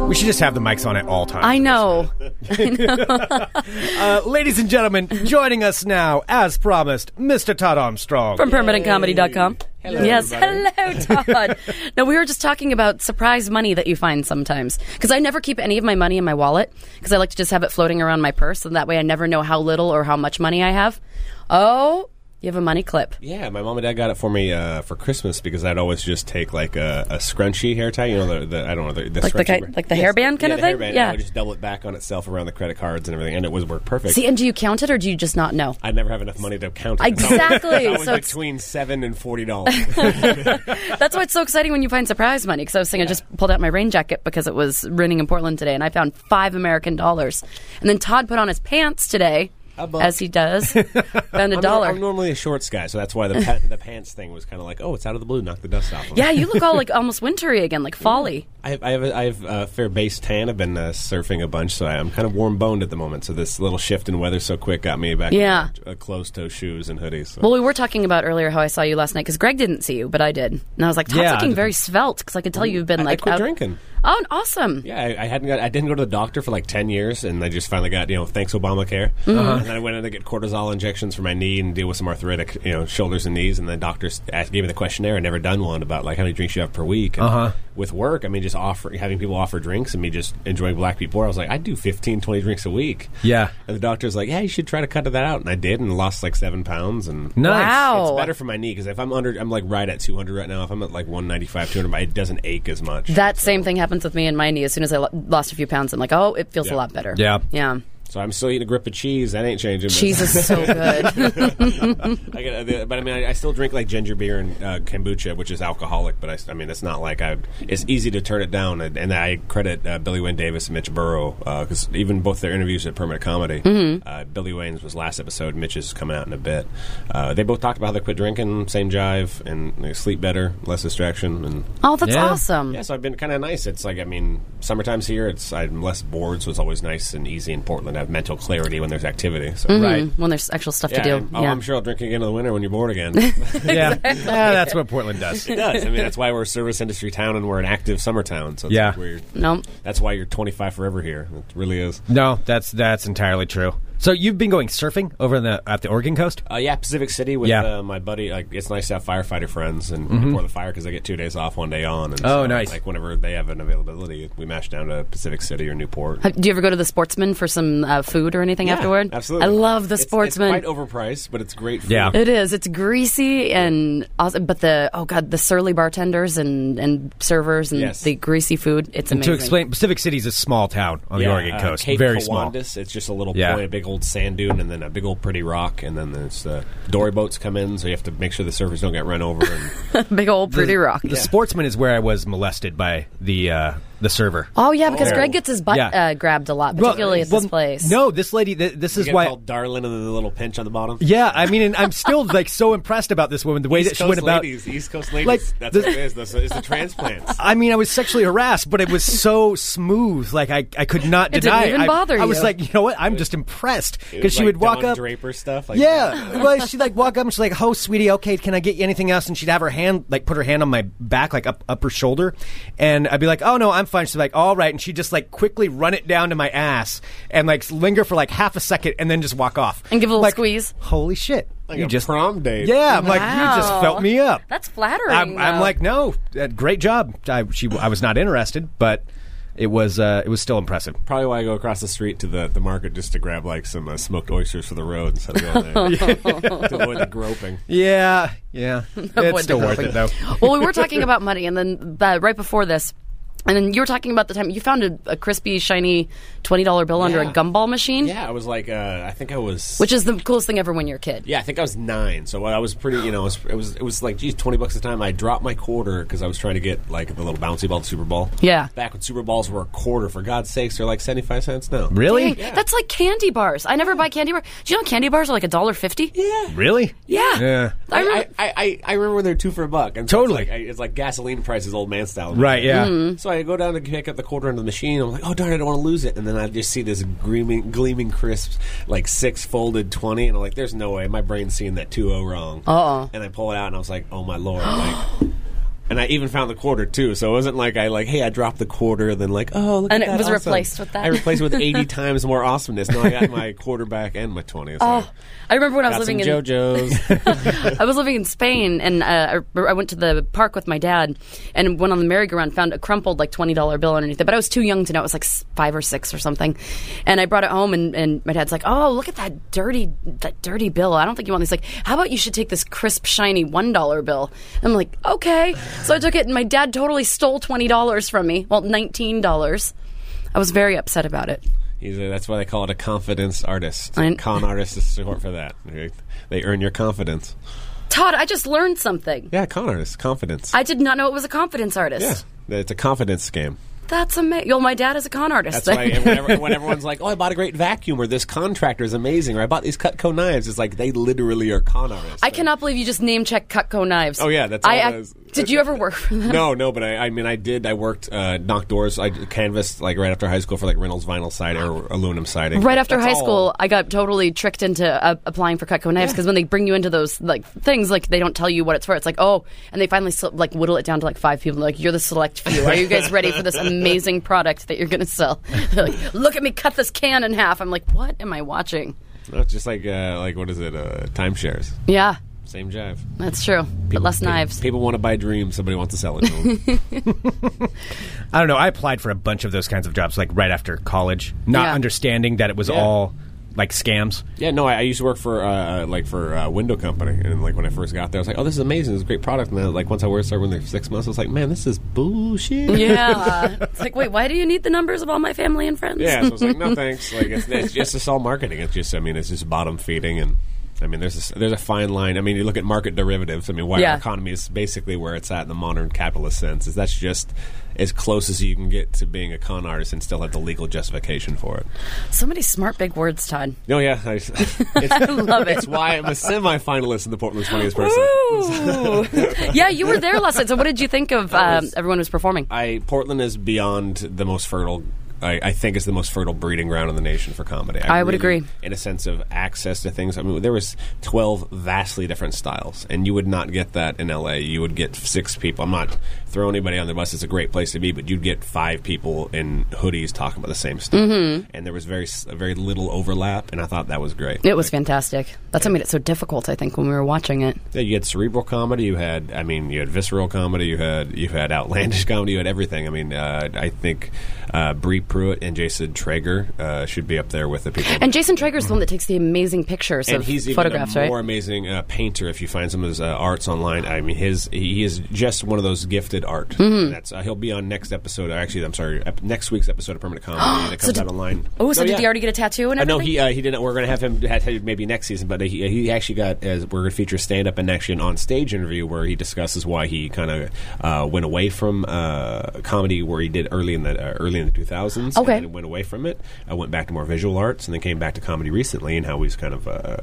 Speaker 6: We should just have the mics on at all times.
Speaker 7: I know.
Speaker 6: Uh, ladies and gentlemen, joining us now, as promised, Mr. Todd Armstrong.
Speaker 7: From permanentcomedy.com. Hello, yes, hello, Todd. now, we were just talking about surprise money that you find sometimes. Because I never keep any of my money in my wallet because I like to just have it floating around my purse, and that way I never know how little or how much money I have. Oh, You have a money clip.
Speaker 5: Yeah, my mom and dad got it for me uh, for Christmas because I'd always just take like a, a scrunchie hair tie. You know, the, the I don't know the, the
Speaker 7: Like the
Speaker 5: scrunchie
Speaker 7: ki-
Speaker 5: brand.
Speaker 7: like the hairband
Speaker 5: yeah,
Speaker 7: kinda
Speaker 5: the
Speaker 7: thing?
Speaker 5: Hairband,
Speaker 7: Yeah.
Speaker 5: and I would just double it back on itself around the credit cards and everything, and it was work perfect.
Speaker 7: See, and do you count it or do you just not know?
Speaker 5: I never have enough money to count. It.
Speaker 7: Exactly.
Speaker 5: It's always
Speaker 7: So it's-
Speaker 5: between seven and forty dollars.
Speaker 7: That's why it's so exciting when you find surprise money. Because I was saying I just pulled out my rain jacket because it was raining in Portland today, and I found five American dollars. And then Todd put on his pants today,
Speaker 5: buck.
Speaker 7: as he does, found a
Speaker 5: I'm,
Speaker 7: dollar.
Speaker 5: I'm normally a shorts guy, so that's why the pa- the pants thing was kind of like, oh, it's out of the blue, knock the dust off. of it.
Speaker 7: yeah, you look all like almost wintry again, like folly.
Speaker 5: I have, I have, a, I have a fair base tan. I've been uh, surfing a bunch, so I'm kind of warm boned at the moment. So this little shift in weather so quick got me back.
Speaker 7: Yeah.
Speaker 5: in, uh, closed toe shoes and hoodies. so-
Speaker 7: Well, we were talking about earlier how I saw you last night because Greg didn't see you, but I did, and I was like, Todd's
Speaker 6: Yeah, I
Speaker 7: looking
Speaker 6: did.
Speaker 7: very svelte because I could tell you've been
Speaker 5: I- I
Speaker 7: like
Speaker 5: quit
Speaker 7: out-
Speaker 5: drinking.
Speaker 7: Oh, and awesome!
Speaker 5: Yeah, I, I hadn't got. I didn't go to the doctor for like ten years, and I just finally got you know thanks Obamacare.
Speaker 6: Mm-hmm.
Speaker 5: And then I went in to get cortisol injections for my knee and deal with some arthritic you know shoulders and knees. And the doctors asked, gave me the questionnaire. I never done one about like how many drinks you have per week. Uh-huh. With work, I mean, just offer having people offer drinks and me just enjoying black people. I was like, I do 15, 20 drinks a week.
Speaker 6: Yeah.
Speaker 5: And the doctor's like, Yeah, you should try to cut that out. And I did, and lost like seven pounds. And
Speaker 6: Nice.
Speaker 7: Wow.
Speaker 5: it's better for my knee because if I'm under, I'm like right at 200 right now. If I'm at like 195, 200, it doesn't ache as much.
Speaker 7: That same thing happens with me and my knee. As soon as I lo- lost a few pounds, I'm like, oh, it feels
Speaker 5: Yeah.
Speaker 7: a lot better.
Speaker 6: Yeah.
Speaker 7: yeah.
Speaker 5: So I'm still eating a grip of cheese. That ain't changing. but-
Speaker 7: Cheese is so good.
Speaker 5: I get, uh, the- but I mean, I, I still drink like ginger beer and uh, kombucha, which is alcoholic. But I, s- I mean, it's not like I. It's easy to turn it down, and, and I credit uh, Billy Wayne Davis and Mitch Burrow because even both their interviews at Permanent Comedy.
Speaker 7: Mm-hmm.
Speaker 5: Uh, Billy Wayne's was last episode. Mitch is coming out in a bit. Uh, they both talked about how they quit drinking, same jive, and they sleep better, less distraction, and
Speaker 7: oh, that's
Speaker 6: Yeah.
Speaker 7: awesome.
Speaker 5: yeah, so I've been kind of nice. It's like I mean, summertime's here. It's I'm less bored, so it's always nice and easy in Portland. I have mental clarity when there's activity. So
Speaker 6: Right.
Speaker 7: When there's actual stuff
Speaker 5: Yeah,
Speaker 7: to do.
Speaker 5: and- oh,
Speaker 7: yeah.
Speaker 5: I'm sure I'll drink again in the winter when you're bored again. it
Speaker 6: Yeah. Ah, that's what Portland does.
Speaker 5: does. I mean, that's why we're a service industry town and we're an active summer town. So it's
Speaker 6: Yeah.
Speaker 5: like we're-
Speaker 7: No.
Speaker 5: that's why you're 25 forever here. It really is.
Speaker 6: No, that's that's entirely true. So you've been going surfing over in the at the Oregon coast?
Speaker 5: Uh, yeah, Pacific City with
Speaker 6: Yeah. Mm-hmm.
Speaker 5: uh, my buddy. Like, it's nice to have firefighter friends and before the fire because I get two days off, one day on. And
Speaker 6: Oh,
Speaker 5: so,
Speaker 6: nice.
Speaker 5: Like whenever they have an availability, we mash down to Pacific City or Newport.
Speaker 7: Have- Do you ever go to the Sportsman for some uh, food or anything
Speaker 5: Yeah,
Speaker 7: afterward?
Speaker 5: absolutely.
Speaker 7: I love the
Speaker 5: It's-
Speaker 7: Sportsman.
Speaker 5: It's quite overpriced, but it's great. Food.
Speaker 6: Yeah.
Speaker 7: it is. It's greasy and awesome. But the oh god, the surly bartenders and and servers and
Speaker 5: Yes.
Speaker 7: the greasy food. It's amazing.
Speaker 6: To explain, Pacific City is a small town on the
Speaker 5: Yeah,
Speaker 6: Oregon
Speaker 5: uh,
Speaker 6: coast.
Speaker 5: Cape
Speaker 6: Very small.
Speaker 5: Kiwanis, It's just a little
Speaker 6: Yeah.
Speaker 5: point, a big old sand dune, and then a big old pretty rock, and then there's the dory boats come in, so you have to make sure the surfers don't get run over. And
Speaker 7: big old pretty rock.
Speaker 6: The Sportsman is where I was molested by the uh, the server.
Speaker 7: Oh yeah, because
Speaker 5: Oh.
Speaker 7: Greg gets his butt
Speaker 6: Yeah.
Speaker 7: uh, grabbed a lot, particularly at this
Speaker 6: well,
Speaker 7: place.
Speaker 6: No, this lady. Th- this
Speaker 5: you
Speaker 6: is
Speaker 5: get
Speaker 6: why.
Speaker 5: called Darlin' and then the little pinch on the bottom.
Speaker 6: Yeah, I mean, and I'm still like so impressed about this woman. The way
Speaker 5: East
Speaker 6: that she
Speaker 5: Coast
Speaker 6: went about.
Speaker 5: ladies, East Coast ladies.
Speaker 6: Like,
Speaker 5: that's
Speaker 6: the-
Speaker 5: what it is. That's, it's the transplants.
Speaker 6: I mean, I was sexually harassed, but it was so smooth. Like I, I could not
Speaker 7: It didn't
Speaker 6: deny.
Speaker 7: even
Speaker 6: I,
Speaker 7: bother
Speaker 6: I was
Speaker 7: you.
Speaker 6: like, you know what? I'm just impressed
Speaker 5: It
Speaker 6: because
Speaker 5: was
Speaker 6: she
Speaker 5: like
Speaker 6: would walk
Speaker 5: Don
Speaker 6: up.
Speaker 5: Draper stuff. Like that.
Speaker 6: Yeah, well, she'd like walk up and she's like, "Oh, sweetie, okay, can I get you anything else?" And she'd have her hand like put her hand on my back, like up up her shoulder, and I'd be like, "Oh no, I'm fine." She's like, "All right," and she'd just like quickly run it down to my ass and like linger for like half a second and then just walk off
Speaker 7: And give a little
Speaker 6: Like,
Speaker 7: squeeze.
Speaker 6: Holy shit!
Speaker 5: Like
Speaker 6: you
Speaker 5: a
Speaker 6: just
Speaker 5: prom date.
Speaker 6: Yeah, I'm like you just
Speaker 7: Wow.
Speaker 6: felt me up.
Speaker 7: That's flattering,
Speaker 6: I'm, I'm
Speaker 7: though.
Speaker 6: like, no, uh, great job. I she I was not interested, but it was uh, it was still impressive.
Speaker 5: Probably why I go across the street to the, the market just to grab like some uh, smoked oysters for the road instead of going there to avoid the groping.
Speaker 6: Yeah, yeah, it's
Speaker 7: Avoid
Speaker 6: still
Speaker 7: the
Speaker 6: worth it though.
Speaker 7: well, we were talking about money, and then uh, right before this, and then you were talking about the time you found a, a crispy, shiny twenty dollar bill under a
Speaker 5: Yeah.
Speaker 7: gumball machine,
Speaker 5: Yeah, I was like, uh, I think I was
Speaker 7: which is the coolest thing ever when you're a kid.
Speaker 5: Yeah, I think I was nine, so I was pretty. You know, it was it was, it was like geez, twenty bucks a time. I dropped my quarter because I was trying to get like the little bouncy ball, the Super Ball.
Speaker 7: Yeah.
Speaker 5: back when Super Balls were a quarter, for God's sakes, they're like seventy five cents now.
Speaker 6: Really,
Speaker 7: Dang, That's like candy bars. I never buy candy bars. Do you know candy bars are like a dollar fifty?
Speaker 5: Yeah.
Speaker 6: really,
Speaker 7: Yeah.
Speaker 6: yeah.
Speaker 7: I remember.
Speaker 5: I, I, I, I remember when they were two for a buck. And so
Speaker 6: Totally.
Speaker 5: It's like, I- it's like gasoline prices, old man style.
Speaker 6: Right, yeah.
Speaker 7: mm. Mm-hmm.
Speaker 5: So I go down to pick up the quarter into the machine. I'm like, oh, darn, I don't want to lose it. And then I just see this gleaming, gleaming crisp, like six folded 20. And I'm like, there's no way. My brain's seeing that 2 0 wrong.
Speaker 7: Uh-oh.
Speaker 5: And I pull it out and I was like, oh, my lord. Like, and I even found the quarter too. So it wasn't like I like, hey, I dropped the quarter, and then like, oh, look
Speaker 7: And
Speaker 5: at
Speaker 7: it
Speaker 5: that,
Speaker 7: was
Speaker 5: awesome.
Speaker 7: replaced with that.
Speaker 5: I replaced it with eighty times more awesomeness. Now I got my quarterback and my twenty. So
Speaker 7: Oh, I remember when I
Speaker 5: got
Speaker 7: was living in
Speaker 5: some JoJo's.
Speaker 7: I was living in Spain, and uh, I, I went to the park with my dad, and went on the merry-go-round, found a crumpled like twenty dollar bill underneath it. But I was too young to know; it was like s- five or six or something. And I brought it home, and, and my dad's like, "Oh, look at that dirty, that dirty bill. I don't think you want this. Like, how about you should take this crisp, shiny one dollar bill?" I'm like, "Okay." So I took it, and my dad totally stole twenty dollars from me. Well, nineteen dollars. I was very upset about it.
Speaker 5: He's a, that's why they call it a confidence artist.
Speaker 7: I-
Speaker 5: Con artist is short for that. They- They earn your confidence.
Speaker 7: Todd, I just learned something.
Speaker 5: Yeah, con artist, confidence.
Speaker 7: I did not know it was a confidence artist.
Speaker 5: yeah, it's a confidence scam.
Speaker 7: That's amazing. Well, my dad is a con artist.
Speaker 5: That's why whenever, when everyone's like, "Oh, I bought a great vacuum," or "This contractor is amazing," or "I bought these Cutco knives," it's like they literally are con artists.
Speaker 7: I cannot believe you just name check Cutco knives.
Speaker 5: Oh, yeah, that's
Speaker 7: I,
Speaker 5: all
Speaker 7: ac-
Speaker 5: that is.
Speaker 7: Did you ever work for them?
Speaker 5: No, no, but I, I mean, I did. I worked, uh, knocked doors. I canvassed like right after high school for like Reynolds vinyl siding or aluminum siding.
Speaker 7: Right after
Speaker 5: That's
Speaker 7: high
Speaker 5: all.
Speaker 7: school, I got totally tricked into uh, applying for Cutco knives because when they bring you into those like things, like they don't tell you what it's for. It's like oh, and they finally sl- like whittle it down to like five people. Like you're the select few. Are you guys ready for this amazing product that you're going to sell? They're like, look at me cut this can in half. I'm like, what am I watching?
Speaker 5: No, it's just like uh, like what is it? Uh, timeshares.
Speaker 7: Yeah,
Speaker 5: Same jive.
Speaker 7: that's true. but less knives.
Speaker 5: People want to buy dreams. Somebody wants to sell it to them.
Speaker 6: I don't know. I applied for a bunch of those kinds of jobs like right after college, not
Speaker 7: Yeah.
Speaker 6: understanding that it was
Speaker 5: Yeah.
Speaker 6: all like scams.
Speaker 5: yeah, no, I, I used to work for uh, uh, like for a window company, and like when I first got there, I was like, "Oh, this is amazing. This is a great product." And then like once I worked, started working there for six months, I was like, "Man, this is bullshit."
Speaker 7: yeah, it's like wait, why do you need the numbers of all my family and friends?
Speaker 5: Yeah, so it's like no thanks. Like it's, it's just it's all marketing. It's just I mean it's just bottom feeding and. I mean, there's a, there's a fine line. I mean, you look at market derivatives. I mean, why
Speaker 7: Yeah.
Speaker 5: our economy is basically where it's at in the modern capitalist sense is that's just as close as you can get to being a con artist and still have the legal justification for it.
Speaker 7: So many smart big words, Todd.
Speaker 5: No, yeah, I,
Speaker 7: I
Speaker 5: it's,
Speaker 7: love it.
Speaker 5: it's why I'm a semi-finalist in the Portland's Funniest Person.
Speaker 7: Ooh. yeah, you were there last night. So, what did you think of um, everyone who's performing?
Speaker 5: I Portland is beyond the most fertile. I, I think it's the most fertile breeding ground in the nation for comedy.
Speaker 7: I would
Speaker 5: really-
Speaker 7: agree.
Speaker 5: in a sense of access to things. I mean, there was twelve vastly different styles, and you would not get that in LA. You would get six people. I'm not throwing anybody on the bus. It's a great place to be, but you'd get five people in hoodies talking about the same stuff,
Speaker 7: Mm-hmm.
Speaker 5: and there was very s- very little overlap. And I thought that was great.
Speaker 7: It was fantastic. That's what made it so difficult, I think, when we were watching it.
Speaker 5: Yeah, you had cerebral comedy. You had, I mean, you had visceral comedy. You had, you had outlandish comedy. You had everything. I mean, uh, I think uh, Bree Pruitt and Jason Traeger uh, should be up there with the people.
Speaker 7: And Jason Traeger's the one that takes the amazing pictures
Speaker 5: And
Speaker 7: of
Speaker 5: he's even
Speaker 7: photographs,
Speaker 5: a
Speaker 7: right?
Speaker 5: more amazing uh, painter. If you find some of his uh, arts online, I mean, his he is just one of those gifted art.
Speaker 7: Mm-hmm.
Speaker 5: That's uh, he'll be on next episode. Or actually, I'm sorry, ep- next week's episode of Permanent Comedy that comes
Speaker 7: did-
Speaker 5: out online.
Speaker 7: Oh, so
Speaker 5: No,
Speaker 7: did
Speaker 5: yeah.
Speaker 7: he already get a tattoo and
Speaker 5: Uh, no,
Speaker 7: everything?
Speaker 5: he uh, he didn't. We're going to have him had- had maybe next season, but he, he actually got as we're going to feature stand up and actually an on stage interview where he discusses why he kind of uh, went away from uh, comedy where he did early in the uh, early in the two thousands.
Speaker 7: Okay.
Speaker 5: and then went away from it. I went back to more visual arts and then came back to comedy recently and how he's kind of uh,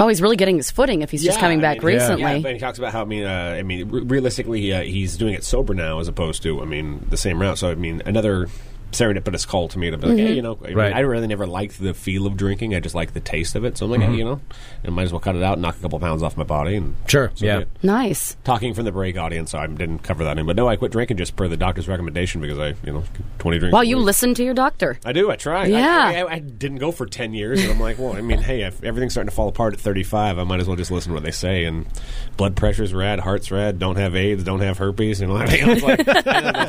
Speaker 7: oh, he's really getting his footing if he's just
Speaker 5: yeah,
Speaker 7: coming
Speaker 5: I
Speaker 7: back
Speaker 5: mean, yeah.
Speaker 7: recently.
Speaker 5: Yeah, but he talks about how I mean, uh, I mean, re- realistically, uh, he's doing it sober now as opposed to, I mean, the same route. So I mean, another serendipitous call to me to be like,
Speaker 7: Mm-hmm.
Speaker 5: hey, you know, I, mean,
Speaker 6: Right.
Speaker 5: I really never liked the feel of drinking. I just like the taste of it. So I'm like, hey, you know, I might as well cut it out, and knock a couple pounds off my body, and
Speaker 6: Sure,
Speaker 5: so
Speaker 6: yeah.
Speaker 5: be it.
Speaker 7: nice.
Speaker 5: Talking from the break audience, so I didn't cover that in. But no, I quit drinking just per the doctor's recommendation because I, you know, twenty drinks.
Speaker 7: Wow,
Speaker 5: a
Speaker 7: you
Speaker 5: week.
Speaker 7: listen to your doctor.
Speaker 5: I do. I try. I-
Speaker 7: Yeah.
Speaker 5: I, I, didn't go for ten years, and I'm like, well, I mean, hey, if everything's starting to fall apart at 35, I might as well just listen to what they say. And blood pressure's rad, heart's rad, don't have AIDS, don't have herpes, you know. I mean, it's like the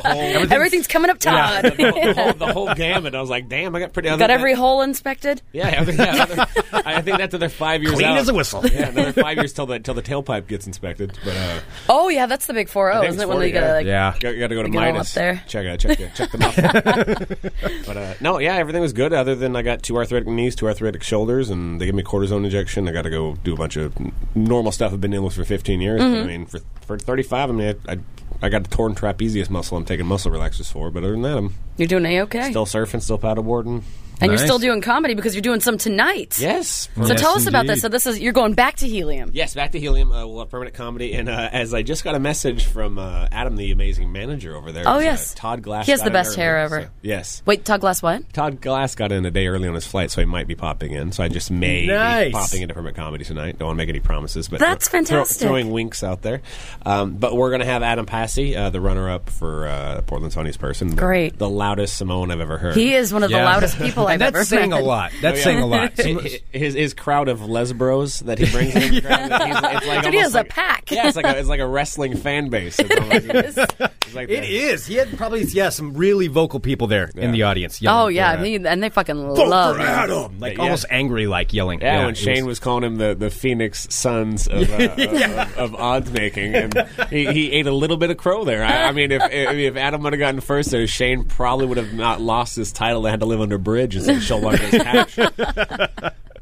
Speaker 5: whole,
Speaker 7: Everything's coming up,
Speaker 5: yeah,
Speaker 7: Todd.
Speaker 5: the, whole, the, whole, the whole gamut. I was like, damn, I got pretty.
Speaker 7: Got every hole inspected.
Speaker 5: Yeah, I, think- yeah, I think that's another five years.
Speaker 6: Clean
Speaker 5: out.
Speaker 6: as a whistle.
Speaker 5: Yeah, another five years till the till the tailpipe gets inspected. But uh,
Speaker 7: Oh yeah, that's the big four
Speaker 5: I
Speaker 7: zero,
Speaker 5: think
Speaker 7: isn't
Speaker 5: it's
Speaker 7: it? When
Speaker 5: 40,
Speaker 7: they gotta like oh,
Speaker 6: Yeah.
Speaker 5: got, to Ah, go to
Speaker 7: They get all
Speaker 5: minus.
Speaker 7: up there.
Speaker 5: Check it, check it, check them out. but uh, no, yeah, everything was good. Other than I got two arthritic knees, two arthritic shoulders, and they gave me a cortisone injection. I got to go do a bunch of n- normal stuff. I've been dealing with for 15 years. But,
Speaker 7: Mm-hmm.
Speaker 5: I mean, for for 35, I mean, I, I, I got a torn trapezius muscle. I'm taking muscle relaxers for. But other than that, I'm
Speaker 7: you're doing a okay.
Speaker 5: still surfing, still paddleboarding.
Speaker 7: And you're still
Speaker 8: Nice.
Speaker 7: doing comedy because you're doing some tonight.
Speaker 5: Yes.
Speaker 7: So
Speaker 8: Yes,
Speaker 7: tell us about that.
Speaker 8: indeed.
Speaker 7: So this is you're going back to helium.
Speaker 5: Yes, back to Helium. Uh, we'll have permanent comedy. And uh, as I just got a message from uh, Adam, the amazing manager over there.
Speaker 7: Oh,
Speaker 5: uh,
Speaker 7: yes.
Speaker 5: Todd Glass.
Speaker 7: He has
Speaker 5: got
Speaker 7: the
Speaker 5: in
Speaker 7: best hair
Speaker 5: early,
Speaker 7: ever.
Speaker 5: so- yes.
Speaker 7: Wait, Todd Glass, what?
Speaker 5: Todd Glass got in a day early on his flight, so he might be popping in. So I just may
Speaker 6: Nice.
Speaker 5: be popping into Permit Comedy tonight. Don't want to make any promises, but
Speaker 7: That's
Speaker 5: thro- thro-
Speaker 7: fantastic.
Speaker 5: throwing winks out there. Um, but we're going to have Adam Passy, uh, the runner-up for uh, Portland's Funniest Person.
Speaker 7: Great.
Speaker 5: the loudest Simone I've ever heard.
Speaker 7: He is one of the
Speaker 8: Yeah.
Speaker 7: loudest people I've
Speaker 6: and that's
Speaker 7: ever
Speaker 6: saying
Speaker 7: met.
Speaker 6: a lot. That's
Speaker 5: Oh, yeah.
Speaker 6: saying a lot.
Speaker 5: Hi- hi- his his crowd of lesbros that he brings in. yeah. it's like
Speaker 7: Dude, he
Speaker 5: almost
Speaker 7: has a
Speaker 5: like-
Speaker 7: pack.
Speaker 5: Yeah, it's like a, it's like a wrestling fan base. It's almost- it's like
Speaker 6: It
Speaker 5: the-
Speaker 6: is. He had probably yeah some really vocal people there in the audience.
Speaker 7: Oh
Speaker 6: yelling
Speaker 7: yeah,
Speaker 6: for,
Speaker 7: I mean, and they fucking
Speaker 6: "Vote
Speaker 7: love.
Speaker 6: for
Speaker 7: him.
Speaker 6: Adam, like
Speaker 5: Yeah.
Speaker 6: almost angry, like yelling.
Speaker 5: Yeah,
Speaker 6: it
Speaker 5: when Shane was, calling him the, the Phoenix Suns of, uh, of, of odds making, and he, he ate a little bit of crow there. I, I mean, if I mean, if Adam would have gotten first there, Shane probably would have not lost his title and had to live under a bridge instead of Shelburne's couch.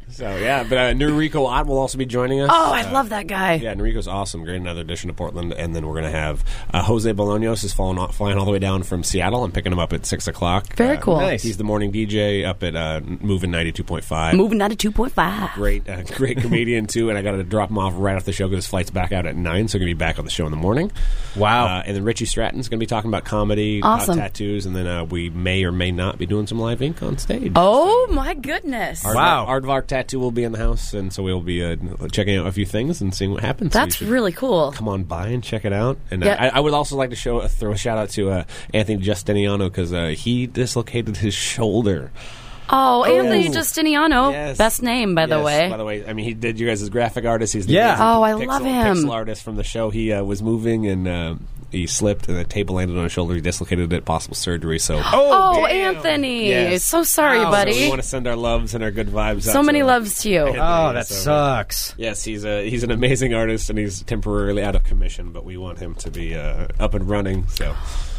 Speaker 5: So yeah, but uh, Noriko Ott will also be joining us.
Speaker 7: Oh, I love that guy.
Speaker 5: Yeah, Enrico's awesome. Great, another addition to Portland. And then we're going to have uh, Jose Bolaños is falling, flying all the way down from Seattle. I'm picking him up at 6 o'clock.
Speaker 7: Very
Speaker 5: Uh,
Speaker 7: cool.
Speaker 6: nice.
Speaker 5: He's the morning DJ up at uh, Moving 92.5.
Speaker 7: Moving down to two point five.
Speaker 5: Great, uh, great comedian, too. And I got to drop him off right off the show because his flight's back out at 9, so going to be back on the show in the morning.
Speaker 6: Wow.
Speaker 5: Uh, and then Richie Stratton's going to be talking about comedy, about
Speaker 7: Awesome.
Speaker 5: tattoos, and then uh, we may or may not be doing some live ink on stage.
Speaker 7: Oh my goodness.
Speaker 5: Aardvark-
Speaker 6: Wow.
Speaker 5: Aardvark Tattoo will be in the house, and so we'll be uh, checking out a few things and seeing what happens. So you
Speaker 7: That's
Speaker 5: should-
Speaker 7: really cool.
Speaker 5: come on by and check it out. And uh,
Speaker 7: Yeah.
Speaker 5: I, I would also like to show throw a shout out to uh, Anthony Justiniano because uh, he dislocated his shoulder.
Speaker 7: Oh, Anthony Justiniano.
Speaker 5: Yes.
Speaker 7: Best name, by the
Speaker 5: Yes,
Speaker 7: way.
Speaker 5: By the way, I mean he did you guys' graphic artist. He's the
Speaker 6: Yeah.
Speaker 5: amazing
Speaker 7: Oh, I
Speaker 5: pixel,
Speaker 7: love him.
Speaker 5: Pixel artist from the show. He uh, was moving and. Uh, he slipped and the table landed on his shoulder. He dislocated it, possible surgery. So,
Speaker 7: Oh,
Speaker 6: damn.
Speaker 7: Anthony.
Speaker 5: Yes.
Speaker 7: So sorry,
Speaker 6: Wow.
Speaker 5: so we
Speaker 7: buddy.
Speaker 5: want to send our loves and our good vibes.
Speaker 7: So
Speaker 5: out
Speaker 7: many
Speaker 5: to
Speaker 7: loves to you.
Speaker 6: Oh, that
Speaker 5: So,
Speaker 6: sucks.
Speaker 5: Yes, he's a he's an amazing artist, and he's temporarily out of commission. But we want him to be uh, up and running. So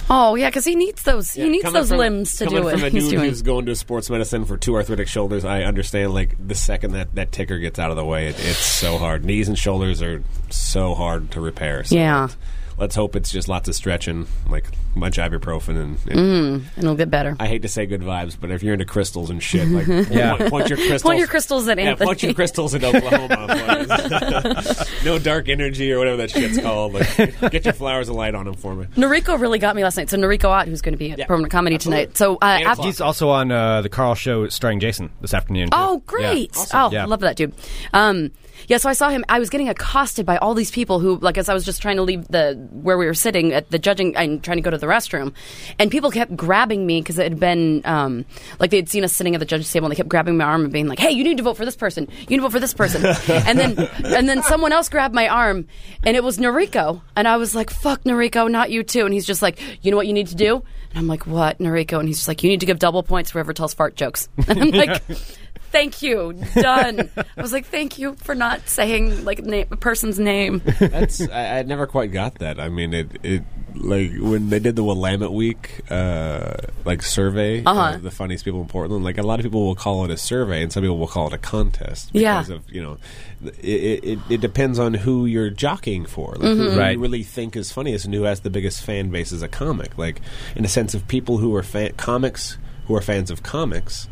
Speaker 7: Oh yeah, because he needs those.
Speaker 5: Yeah,
Speaker 7: he needs
Speaker 5: coming
Speaker 7: those
Speaker 5: from-
Speaker 7: limbs to
Speaker 5: coming
Speaker 7: do it.
Speaker 5: From a
Speaker 7: He's
Speaker 5: dude
Speaker 7: doing.
Speaker 5: who's going to sports medicine for two arthritic shoulders, I understand. Like the second that that ticker gets out of the way, it, it's so hard. Knees and shoulders are so hard to repair. So
Speaker 7: Yeah.
Speaker 5: Let's hope it's just lots of stretching, like much ibuprofen, and, and
Speaker 7: Mm. and it'll get better.
Speaker 5: I hate to say good vibes, but if you're into crystals and shit, like point, point your crystals,
Speaker 7: Point your crystals at
Speaker 5: yeah, point
Speaker 7: Anthony.
Speaker 5: your crystals at Oklahoma. please. no dark energy or whatever that shit's called. Like, get your flowers of light on them for me.
Speaker 7: Noriko really got me last night. So Noriko Ott, who's going to be at
Speaker 5: Yeah.
Speaker 7: permanent comedy
Speaker 5: Absolutely.
Speaker 7: tonight. So uh,
Speaker 5: Eight
Speaker 7: after,
Speaker 5: o'clock.
Speaker 6: He's also on uh, the Carl show starring Jason this afternoon. too.
Speaker 7: Oh, great!
Speaker 6: Yeah.
Speaker 7: Oh,
Speaker 6: Yeah.
Speaker 7: love that dude. Um, yeah, so I saw him. I was getting accosted by all these people who, like, as I was just trying to leave the where we were sitting at the judging and trying to go to the restroom, and people kept grabbing me because it had been um, like they had seen us sitting at the judge's table, and they kept grabbing my arm and being like, "Hey, you need to vote for this person. You need to vote for this person." and then and then someone else grabbed my arm, and it was Noriko, and I was like, "Fuck, Noriko, not you too." And he's just like, "You know what you need to do." And I'm like, what, Noriko? And he's just like, you need to give double points whoever tells fart jokes. And I'm like, Thank you. Done. I was like, thank you for not saying like na- a person's name.
Speaker 5: That's I, I never quite got that. I mean, it it like when they did the Willamette Week uh, like survey, uh
Speaker 7: Uh-huh.
Speaker 5: the funniest people in Portland. Like a lot of people will call it a survey, and some people will call it a contest.
Speaker 7: Yeah.
Speaker 5: Because of you know, th- it, it it depends on who you're jockeying for, like
Speaker 7: Mm-hmm.
Speaker 5: who
Speaker 6: Right.
Speaker 5: you really think is funniest and who has the biggest fan base as a comic. Like in a sense of people who are fa- comics who are fans of comics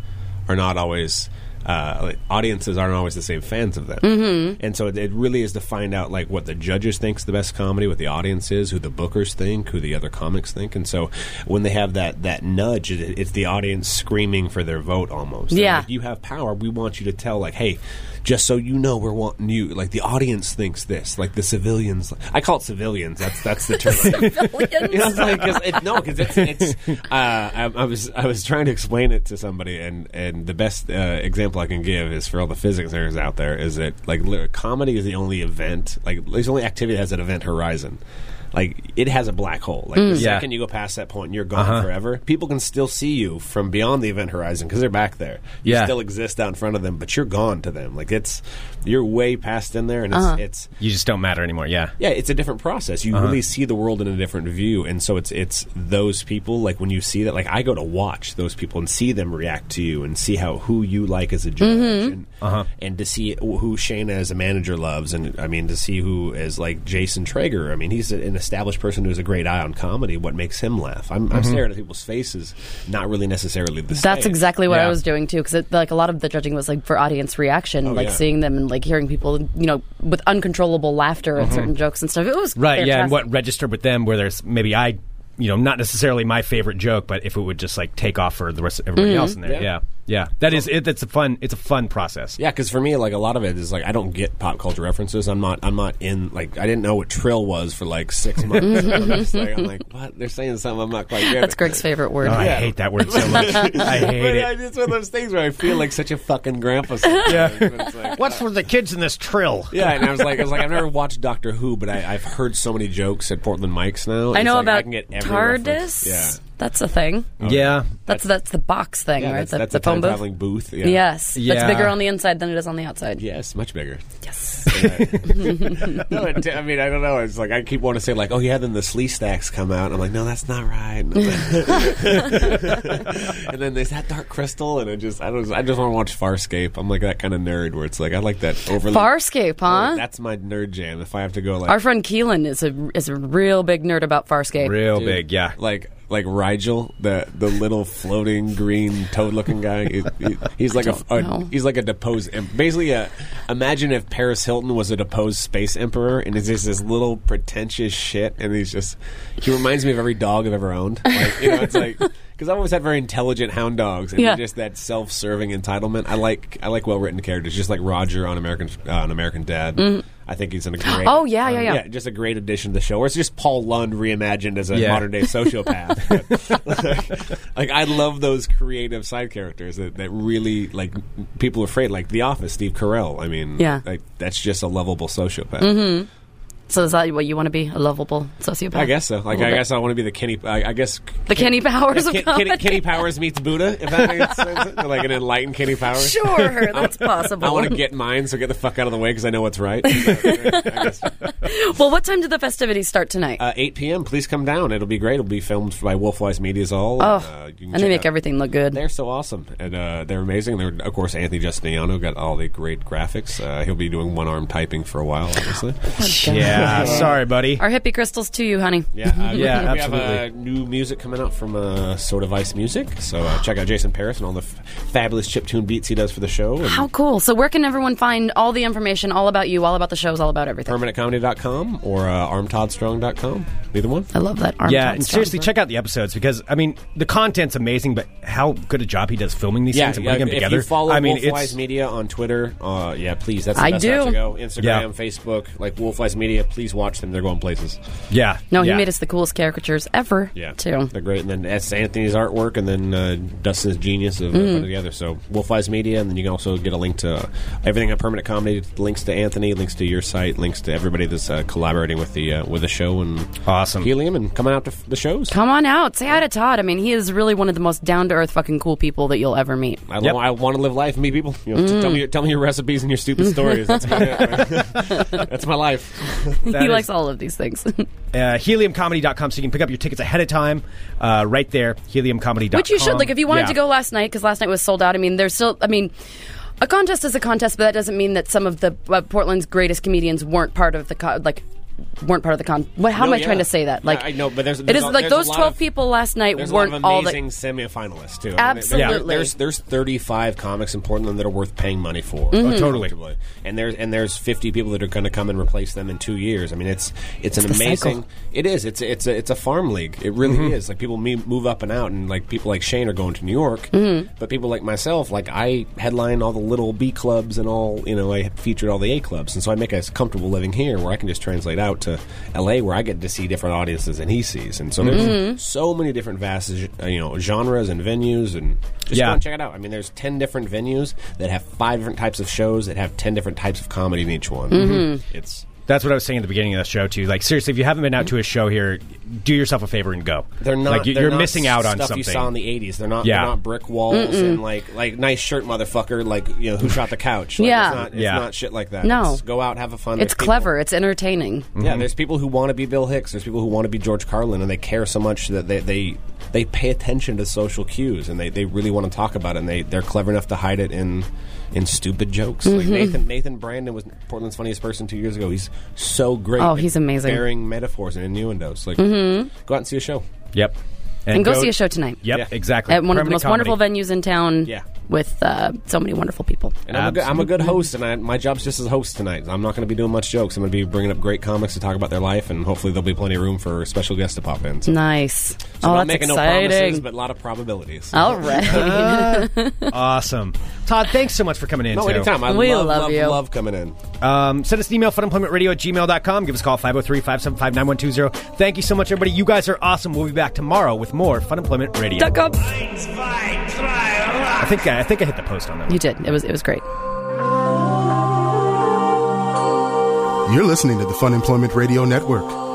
Speaker 5: are not always. Uh, like, audiences aren't always the same fans of them,
Speaker 7: Mm-hmm.
Speaker 5: and so it, it really is to find out like what the judges think's the best comedy, what the audience is, who the bookers think, who the other comics think, and so when they have that that nudge, it, it's the audience screaming for their vote almost. They're
Speaker 7: Yeah.
Speaker 5: like, you have power. We want you to tell like, hey, just so you know, we're wanting you. Like the audience thinks this. Like the civilians. I call it civilians. That's that's the term. I use. You know, it's like, 'cause it- no, because it's, it's uh, I, I was I was trying to explain it to somebody, and and the best uh, example I can give is for all the physics nerds out there is that like li- comedy is the only event like it's the only activity that has an event horizon. Like it has a black hole. Like the
Speaker 6: Mm. Yeah. Uh-huh.
Speaker 5: second you go past that point, you're gone forever. People can still see you from beyond the event horizon because they're back there. You
Speaker 6: Yeah.
Speaker 5: still exist out in front of them, but you're gone to them. Like it's you're way past in there, and
Speaker 6: Uh-huh.
Speaker 5: it's, it's
Speaker 6: You just don't matter anymore. Yeah.
Speaker 5: yeah, it's a different process. You really see the world in a different view, and so it's it's those people. Like when you see that, like I go to watch those people and see them react to you and see how who you like as a judge, and, and to see who Shayna as a manager loves, and I mean to see who is like Jason Traeger. I mean he's in a established person who's a great eye on comedy, what makes him laugh? I'm, I'm staring at people's faces, not really necessarily the.
Speaker 7: That's
Speaker 5: same.
Speaker 7: exactly what
Speaker 6: Yeah.
Speaker 7: I was doing too, because like a lot of the judging was like for audience reaction, like
Speaker 5: Oh, yeah.
Speaker 7: seeing them and like hearing people, you know, with uncontrollable laughter
Speaker 5: Mm-hmm.
Speaker 7: at certain jokes and stuff. It was
Speaker 6: Right, yeah, and
Speaker 7: fantastic.
Speaker 6: what registered with them where there's maybe I, you know, not necessarily my favorite joke, but if it would just like take off for the rest of
Speaker 7: Mm-hmm.
Speaker 6: everybody else in there.
Speaker 5: Yeah.
Speaker 6: Yeah. Yeah. That is it that's a fun it's a fun process.
Speaker 5: Yeah, because for me, like a lot of it is like I don't get pop culture references. I'm not. I'm not in. Like I didn't know what trill was for like six months. I'm, just like, I'm like, what? They're saying something. I'm not quite. getting.
Speaker 7: That's Greg's favorite word.
Speaker 6: Oh, I
Speaker 5: Yeah.
Speaker 6: hate that word so much. I hate
Speaker 5: But
Speaker 6: it.
Speaker 5: It's one of those things where I feel like such a fucking grandpa. Yeah. It's like,
Speaker 6: What's with the kids in this trill?
Speaker 5: yeah, and I was like, I was like, I've never watched Doctor Who, but I, I've heard so many jokes at Portland Mike's now.
Speaker 7: I
Speaker 5: It's
Speaker 7: know
Speaker 5: like,
Speaker 7: about
Speaker 5: can get every reference.
Speaker 7: TARDIS. That's a thing.
Speaker 6: Yeah.
Speaker 7: That's that's the box thing,
Speaker 5: Yeah,
Speaker 7: right?
Speaker 5: that's,
Speaker 7: the,
Speaker 5: that's
Speaker 7: the
Speaker 5: a
Speaker 7: phone
Speaker 5: time
Speaker 7: booth.
Speaker 5: traveling booth. Yeah.
Speaker 7: Yes,
Speaker 6: Yeah.
Speaker 7: that's bigger on the inside than it is on the outside.
Speaker 5: Yes, much bigger.
Speaker 7: Yes.
Speaker 5: No, it, I mean, I don't know. It's like I keep wanting to say, like, oh yeah, then the slee stacks come out. And I'm like, no, that's not right. And, I'm like- And then there's that dark crystal, and I just, I don't, I just want to watch Farscape. I'm like that kind of nerd where it's like, I like that overly.
Speaker 7: Farscape,
Speaker 5: Oh,
Speaker 7: huh?
Speaker 5: That's my nerd jam. If I have to go like
Speaker 7: Our friend Keelan is a is a real big nerd about Farscape.
Speaker 6: Real
Speaker 5: Dude,
Speaker 6: big, yeah.
Speaker 5: Like like Rigel, the the little floating green toad looking guy. He- he- he's like a,
Speaker 7: don't
Speaker 5: a-
Speaker 7: know.
Speaker 5: he's like a deposed em- basically a imagine if Paris Hilton was a deposed space emperor and it's just this little pretentious shit and he's just he reminds me of every dog I've ever owned. Like, you know, it's like because I've always had very intelligent hound dogs, and
Speaker 7: Yeah.
Speaker 5: just that self-serving entitlement. I like I like well-written characters, just like Roger on American uh, on American Dad. I think he's an great.
Speaker 7: Mm-hmm. Oh, yeah, yeah, yeah.
Speaker 5: Uh, yeah just a great addition to the show. Or it's just Paul Lund reimagined as a
Speaker 6: Yeah.
Speaker 5: modern day sociopath. like, I love those creative side characters that, that really like people are afraid. Like The Office, Steve Carell. I mean,
Speaker 7: Yeah. Mm-hmm.
Speaker 5: like that's just a lovable sociopath.
Speaker 7: So is that what you want to be? A lovable sociopath?
Speaker 5: I guess so. Like
Speaker 7: Little
Speaker 5: I
Speaker 7: bit.
Speaker 5: guess I want to be the Kenny. I, I guess
Speaker 7: The Kenny Powers of
Speaker 5: Ken,
Speaker 7: comedy.
Speaker 5: Kenny, Kenny Powers meets Buddha. If that makes sense, like an enlightened Kenny Powers.
Speaker 7: Sure, that's possible.
Speaker 5: I want to get mine, so get the fuck out of the way because I know what's right. So, I guess.
Speaker 7: well, what time do the festivities start tonight?
Speaker 5: Uh, 8 p.m. Please come down. It'll be great. It'll be filmed by Wolfwise Media's all.
Speaker 7: oh,
Speaker 5: uh, you can
Speaker 7: and they
Speaker 5: check
Speaker 7: make
Speaker 5: out-
Speaker 7: everything look good.
Speaker 5: They're so awesome, and uh, they're amazing. They're of course Anthony Justiniano got all the great graphics. Uh, he'll be doing one arm typing for a while, obviously.
Speaker 6: Yeah. Sorry, buddy.
Speaker 7: Our hippie crystals to you, honey.
Speaker 5: Yeah, uh,
Speaker 6: Yeah,
Speaker 5: we
Speaker 6: absolutely.
Speaker 5: have uh, new music coming out from uh, Sort of Ice Music, so uh, check out Jason Paris and all the f- fabulous chiptune beats he does for the show. And
Speaker 7: How cool. So where can everyone find all the information, all about you, all about the shows, all about everything?
Speaker 5: permanentcomedy.com or uh, armtoddstrong.com. Either one.
Speaker 7: I love that. Arm
Speaker 6: Yeah,
Speaker 7: talk
Speaker 6: and
Speaker 7: song.
Speaker 6: seriously, check out the episodes because I mean the content's amazing, but how good a job he does filming these things and putting them
Speaker 5: if
Speaker 6: together.
Speaker 5: you follow
Speaker 6: I mean,
Speaker 5: Wolfwise
Speaker 6: it's
Speaker 5: Media on Twitter, uh, yeah, please. That's the
Speaker 7: I
Speaker 5: best route
Speaker 7: do.
Speaker 5: to go. Instagram,
Speaker 6: Yeah.
Speaker 5: Facebook, like Wolfwise Media. Please watch them; they're going places.
Speaker 6: yeah.
Speaker 7: No,
Speaker 6: yeah.
Speaker 7: he made us the coolest caricatures ever,
Speaker 5: Yeah,
Speaker 7: too.
Speaker 5: they're great. And then that's Anthony's artwork, and then uh, Dustin's genius of uh, one or the other. So Wolfwise Media, and then you can also get a link to everything on Permanent Comedy. Links to Anthony, links to your site, links to everybody that's uh, collaborating with the uh, with the show and
Speaker 6: Awesome.
Speaker 5: Helium, and coming out to f- the shows.
Speaker 7: Come on out. Say hi to Todd. I mean, he is really one of the most down to earth fucking cool people that you'll ever meet.
Speaker 5: I,
Speaker 6: Yep.
Speaker 5: lo- I want to live life and meet people. You know, t- tell me, your, tell me your recipes and your stupid stories. That's about it. That's my life.
Speaker 7: he
Speaker 6: is-
Speaker 7: likes all of these things.
Speaker 6: uh, heliumcomedy.com so you can pick up your tickets ahead of time uh, right there heliumcomedy.com
Speaker 7: Which you should like if you wanted
Speaker 6: Yeah.
Speaker 7: to go last night because last night was sold out. I mean, there's still. I mean, a contest is a contest, but that doesn't mean that some of the uh, Portland's greatest comedians weren't part of the co- like weren't part of the con. What, how
Speaker 5: No,
Speaker 7: am I
Speaker 5: yeah.
Speaker 7: trying to say that?
Speaker 5: Yeah,
Speaker 7: Like
Speaker 5: I know, but there's-
Speaker 7: it
Speaker 5: there's
Speaker 7: is
Speaker 5: a-
Speaker 7: like
Speaker 5: there's a
Speaker 7: those
Speaker 5: lot
Speaker 7: twelve
Speaker 5: of-
Speaker 7: people last night
Speaker 5: There's
Speaker 7: weren't
Speaker 5: a lot
Speaker 7: all
Speaker 5: of
Speaker 7: that.
Speaker 5: amazing semifinalists too. I mean,
Speaker 7: Absolutely.
Speaker 5: there's there's 35 comics in Portland that are worth paying money for.
Speaker 7: Mm-hmm.
Speaker 6: Oh, totally.
Speaker 5: comfortably. And there's and there's 50 people that are going to come and replace them in two years. I mean, it's it's, an
Speaker 7: the cycle.
Speaker 5: amazing. It is. It's it's a, it's a farm league. It really is. Like people me- move up and out, and like people like Shane are going to New York. But people like myself, like I headline all the little B clubs and all. You know, I featured all the A clubs, and so I make a comfortable living here, where I can just translate out to L.A., where I get to see different audiences than he sees. And so there's so many different vast, uh, you know, genres and venues, and just
Speaker 6: Yeah.
Speaker 5: go and check it out. I mean, there's ten different venues that have five different types of shows that have ten different types of comedy in each one. It's
Speaker 6: that's what i was saying at the beginning of the show too like seriously if you haven't been out to a show here do yourself a favor and go
Speaker 5: They're not.
Speaker 6: like you,
Speaker 5: they're
Speaker 6: you're
Speaker 5: not
Speaker 6: missing out on
Speaker 5: stuff
Speaker 6: something
Speaker 5: you saw in the '80s. They're not.
Speaker 6: Yeah.
Speaker 5: They're not brick walls and like like nice shirt, motherfucker. Like you know who shot the couch. Like,
Speaker 7: Yeah.
Speaker 5: It's not, it's
Speaker 6: Yeah.
Speaker 5: not shit like that.
Speaker 7: No.
Speaker 5: It's go out, have a fun.
Speaker 7: It's
Speaker 5: There's people- Mm-hmm.
Speaker 7: clever. It's entertaining.
Speaker 5: Yeah.
Speaker 6: Mm-hmm.
Speaker 5: There's people who want to be Bill Hicks. There's people who want to be George Carlin, and they care so much that they they they pay attention to social cues and they they really want to talk about it. And they they're clever enough to hide it in and stupid jokes. Like
Speaker 7: Mm-hmm.
Speaker 5: Nathan Nathan Brandon was Portland's funniest person two years ago. He's so great.
Speaker 7: Oh, he's
Speaker 5: at
Speaker 7: amazing. Mm-hmm.
Speaker 5: Bearing metaphors and innuendos. Like, go out and see a show.
Speaker 6: Yep.
Speaker 7: And go see a show tonight.
Speaker 6: Yep,
Speaker 5: Yeah.
Speaker 6: exactly.
Speaker 7: At one of the
Speaker 6: Permanent
Speaker 7: most
Speaker 6: comedy.
Speaker 7: wonderful venues in town
Speaker 5: Yeah.
Speaker 7: with uh, so many wonderful people.
Speaker 5: And I'm a, good, I'm a good host, and I, my job's just as host tonight. I'm not going to be doing much jokes. I'm going to be bringing up great comics to talk about their life, and hopefully there'll be plenty of room for special guests to pop in. So,
Speaker 7: Nice.
Speaker 5: so
Speaker 7: oh,
Speaker 5: I'm not
Speaker 7: that's
Speaker 5: making no promises,
Speaker 7: exciting. Oh,
Speaker 5: but a lot of probabilities.
Speaker 7: All right.
Speaker 6: Awesome. Todd, thanks so much for coming in.
Speaker 5: no,
Speaker 6: too.
Speaker 5: anytime. I
Speaker 7: We
Speaker 5: love,
Speaker 7: love
Speaker 5: love,
Speaker 7: you.
Speaker 5: love coming in.
Speaker 6: Um, send us an email, funemploymentradio at gmail.com. Give us a call, 503-575-9120. Thank you so much, everybody. You guys are awesome. We'll be back tomorrow with more Fun Employment Radio.
Speaker 7: Duck up.
Speaker 6: I think I, I think I hit the post on that.
Speaker 7: You did. It was it was great.
Speaker 1: You're listening to the Fun Employment Radio Network.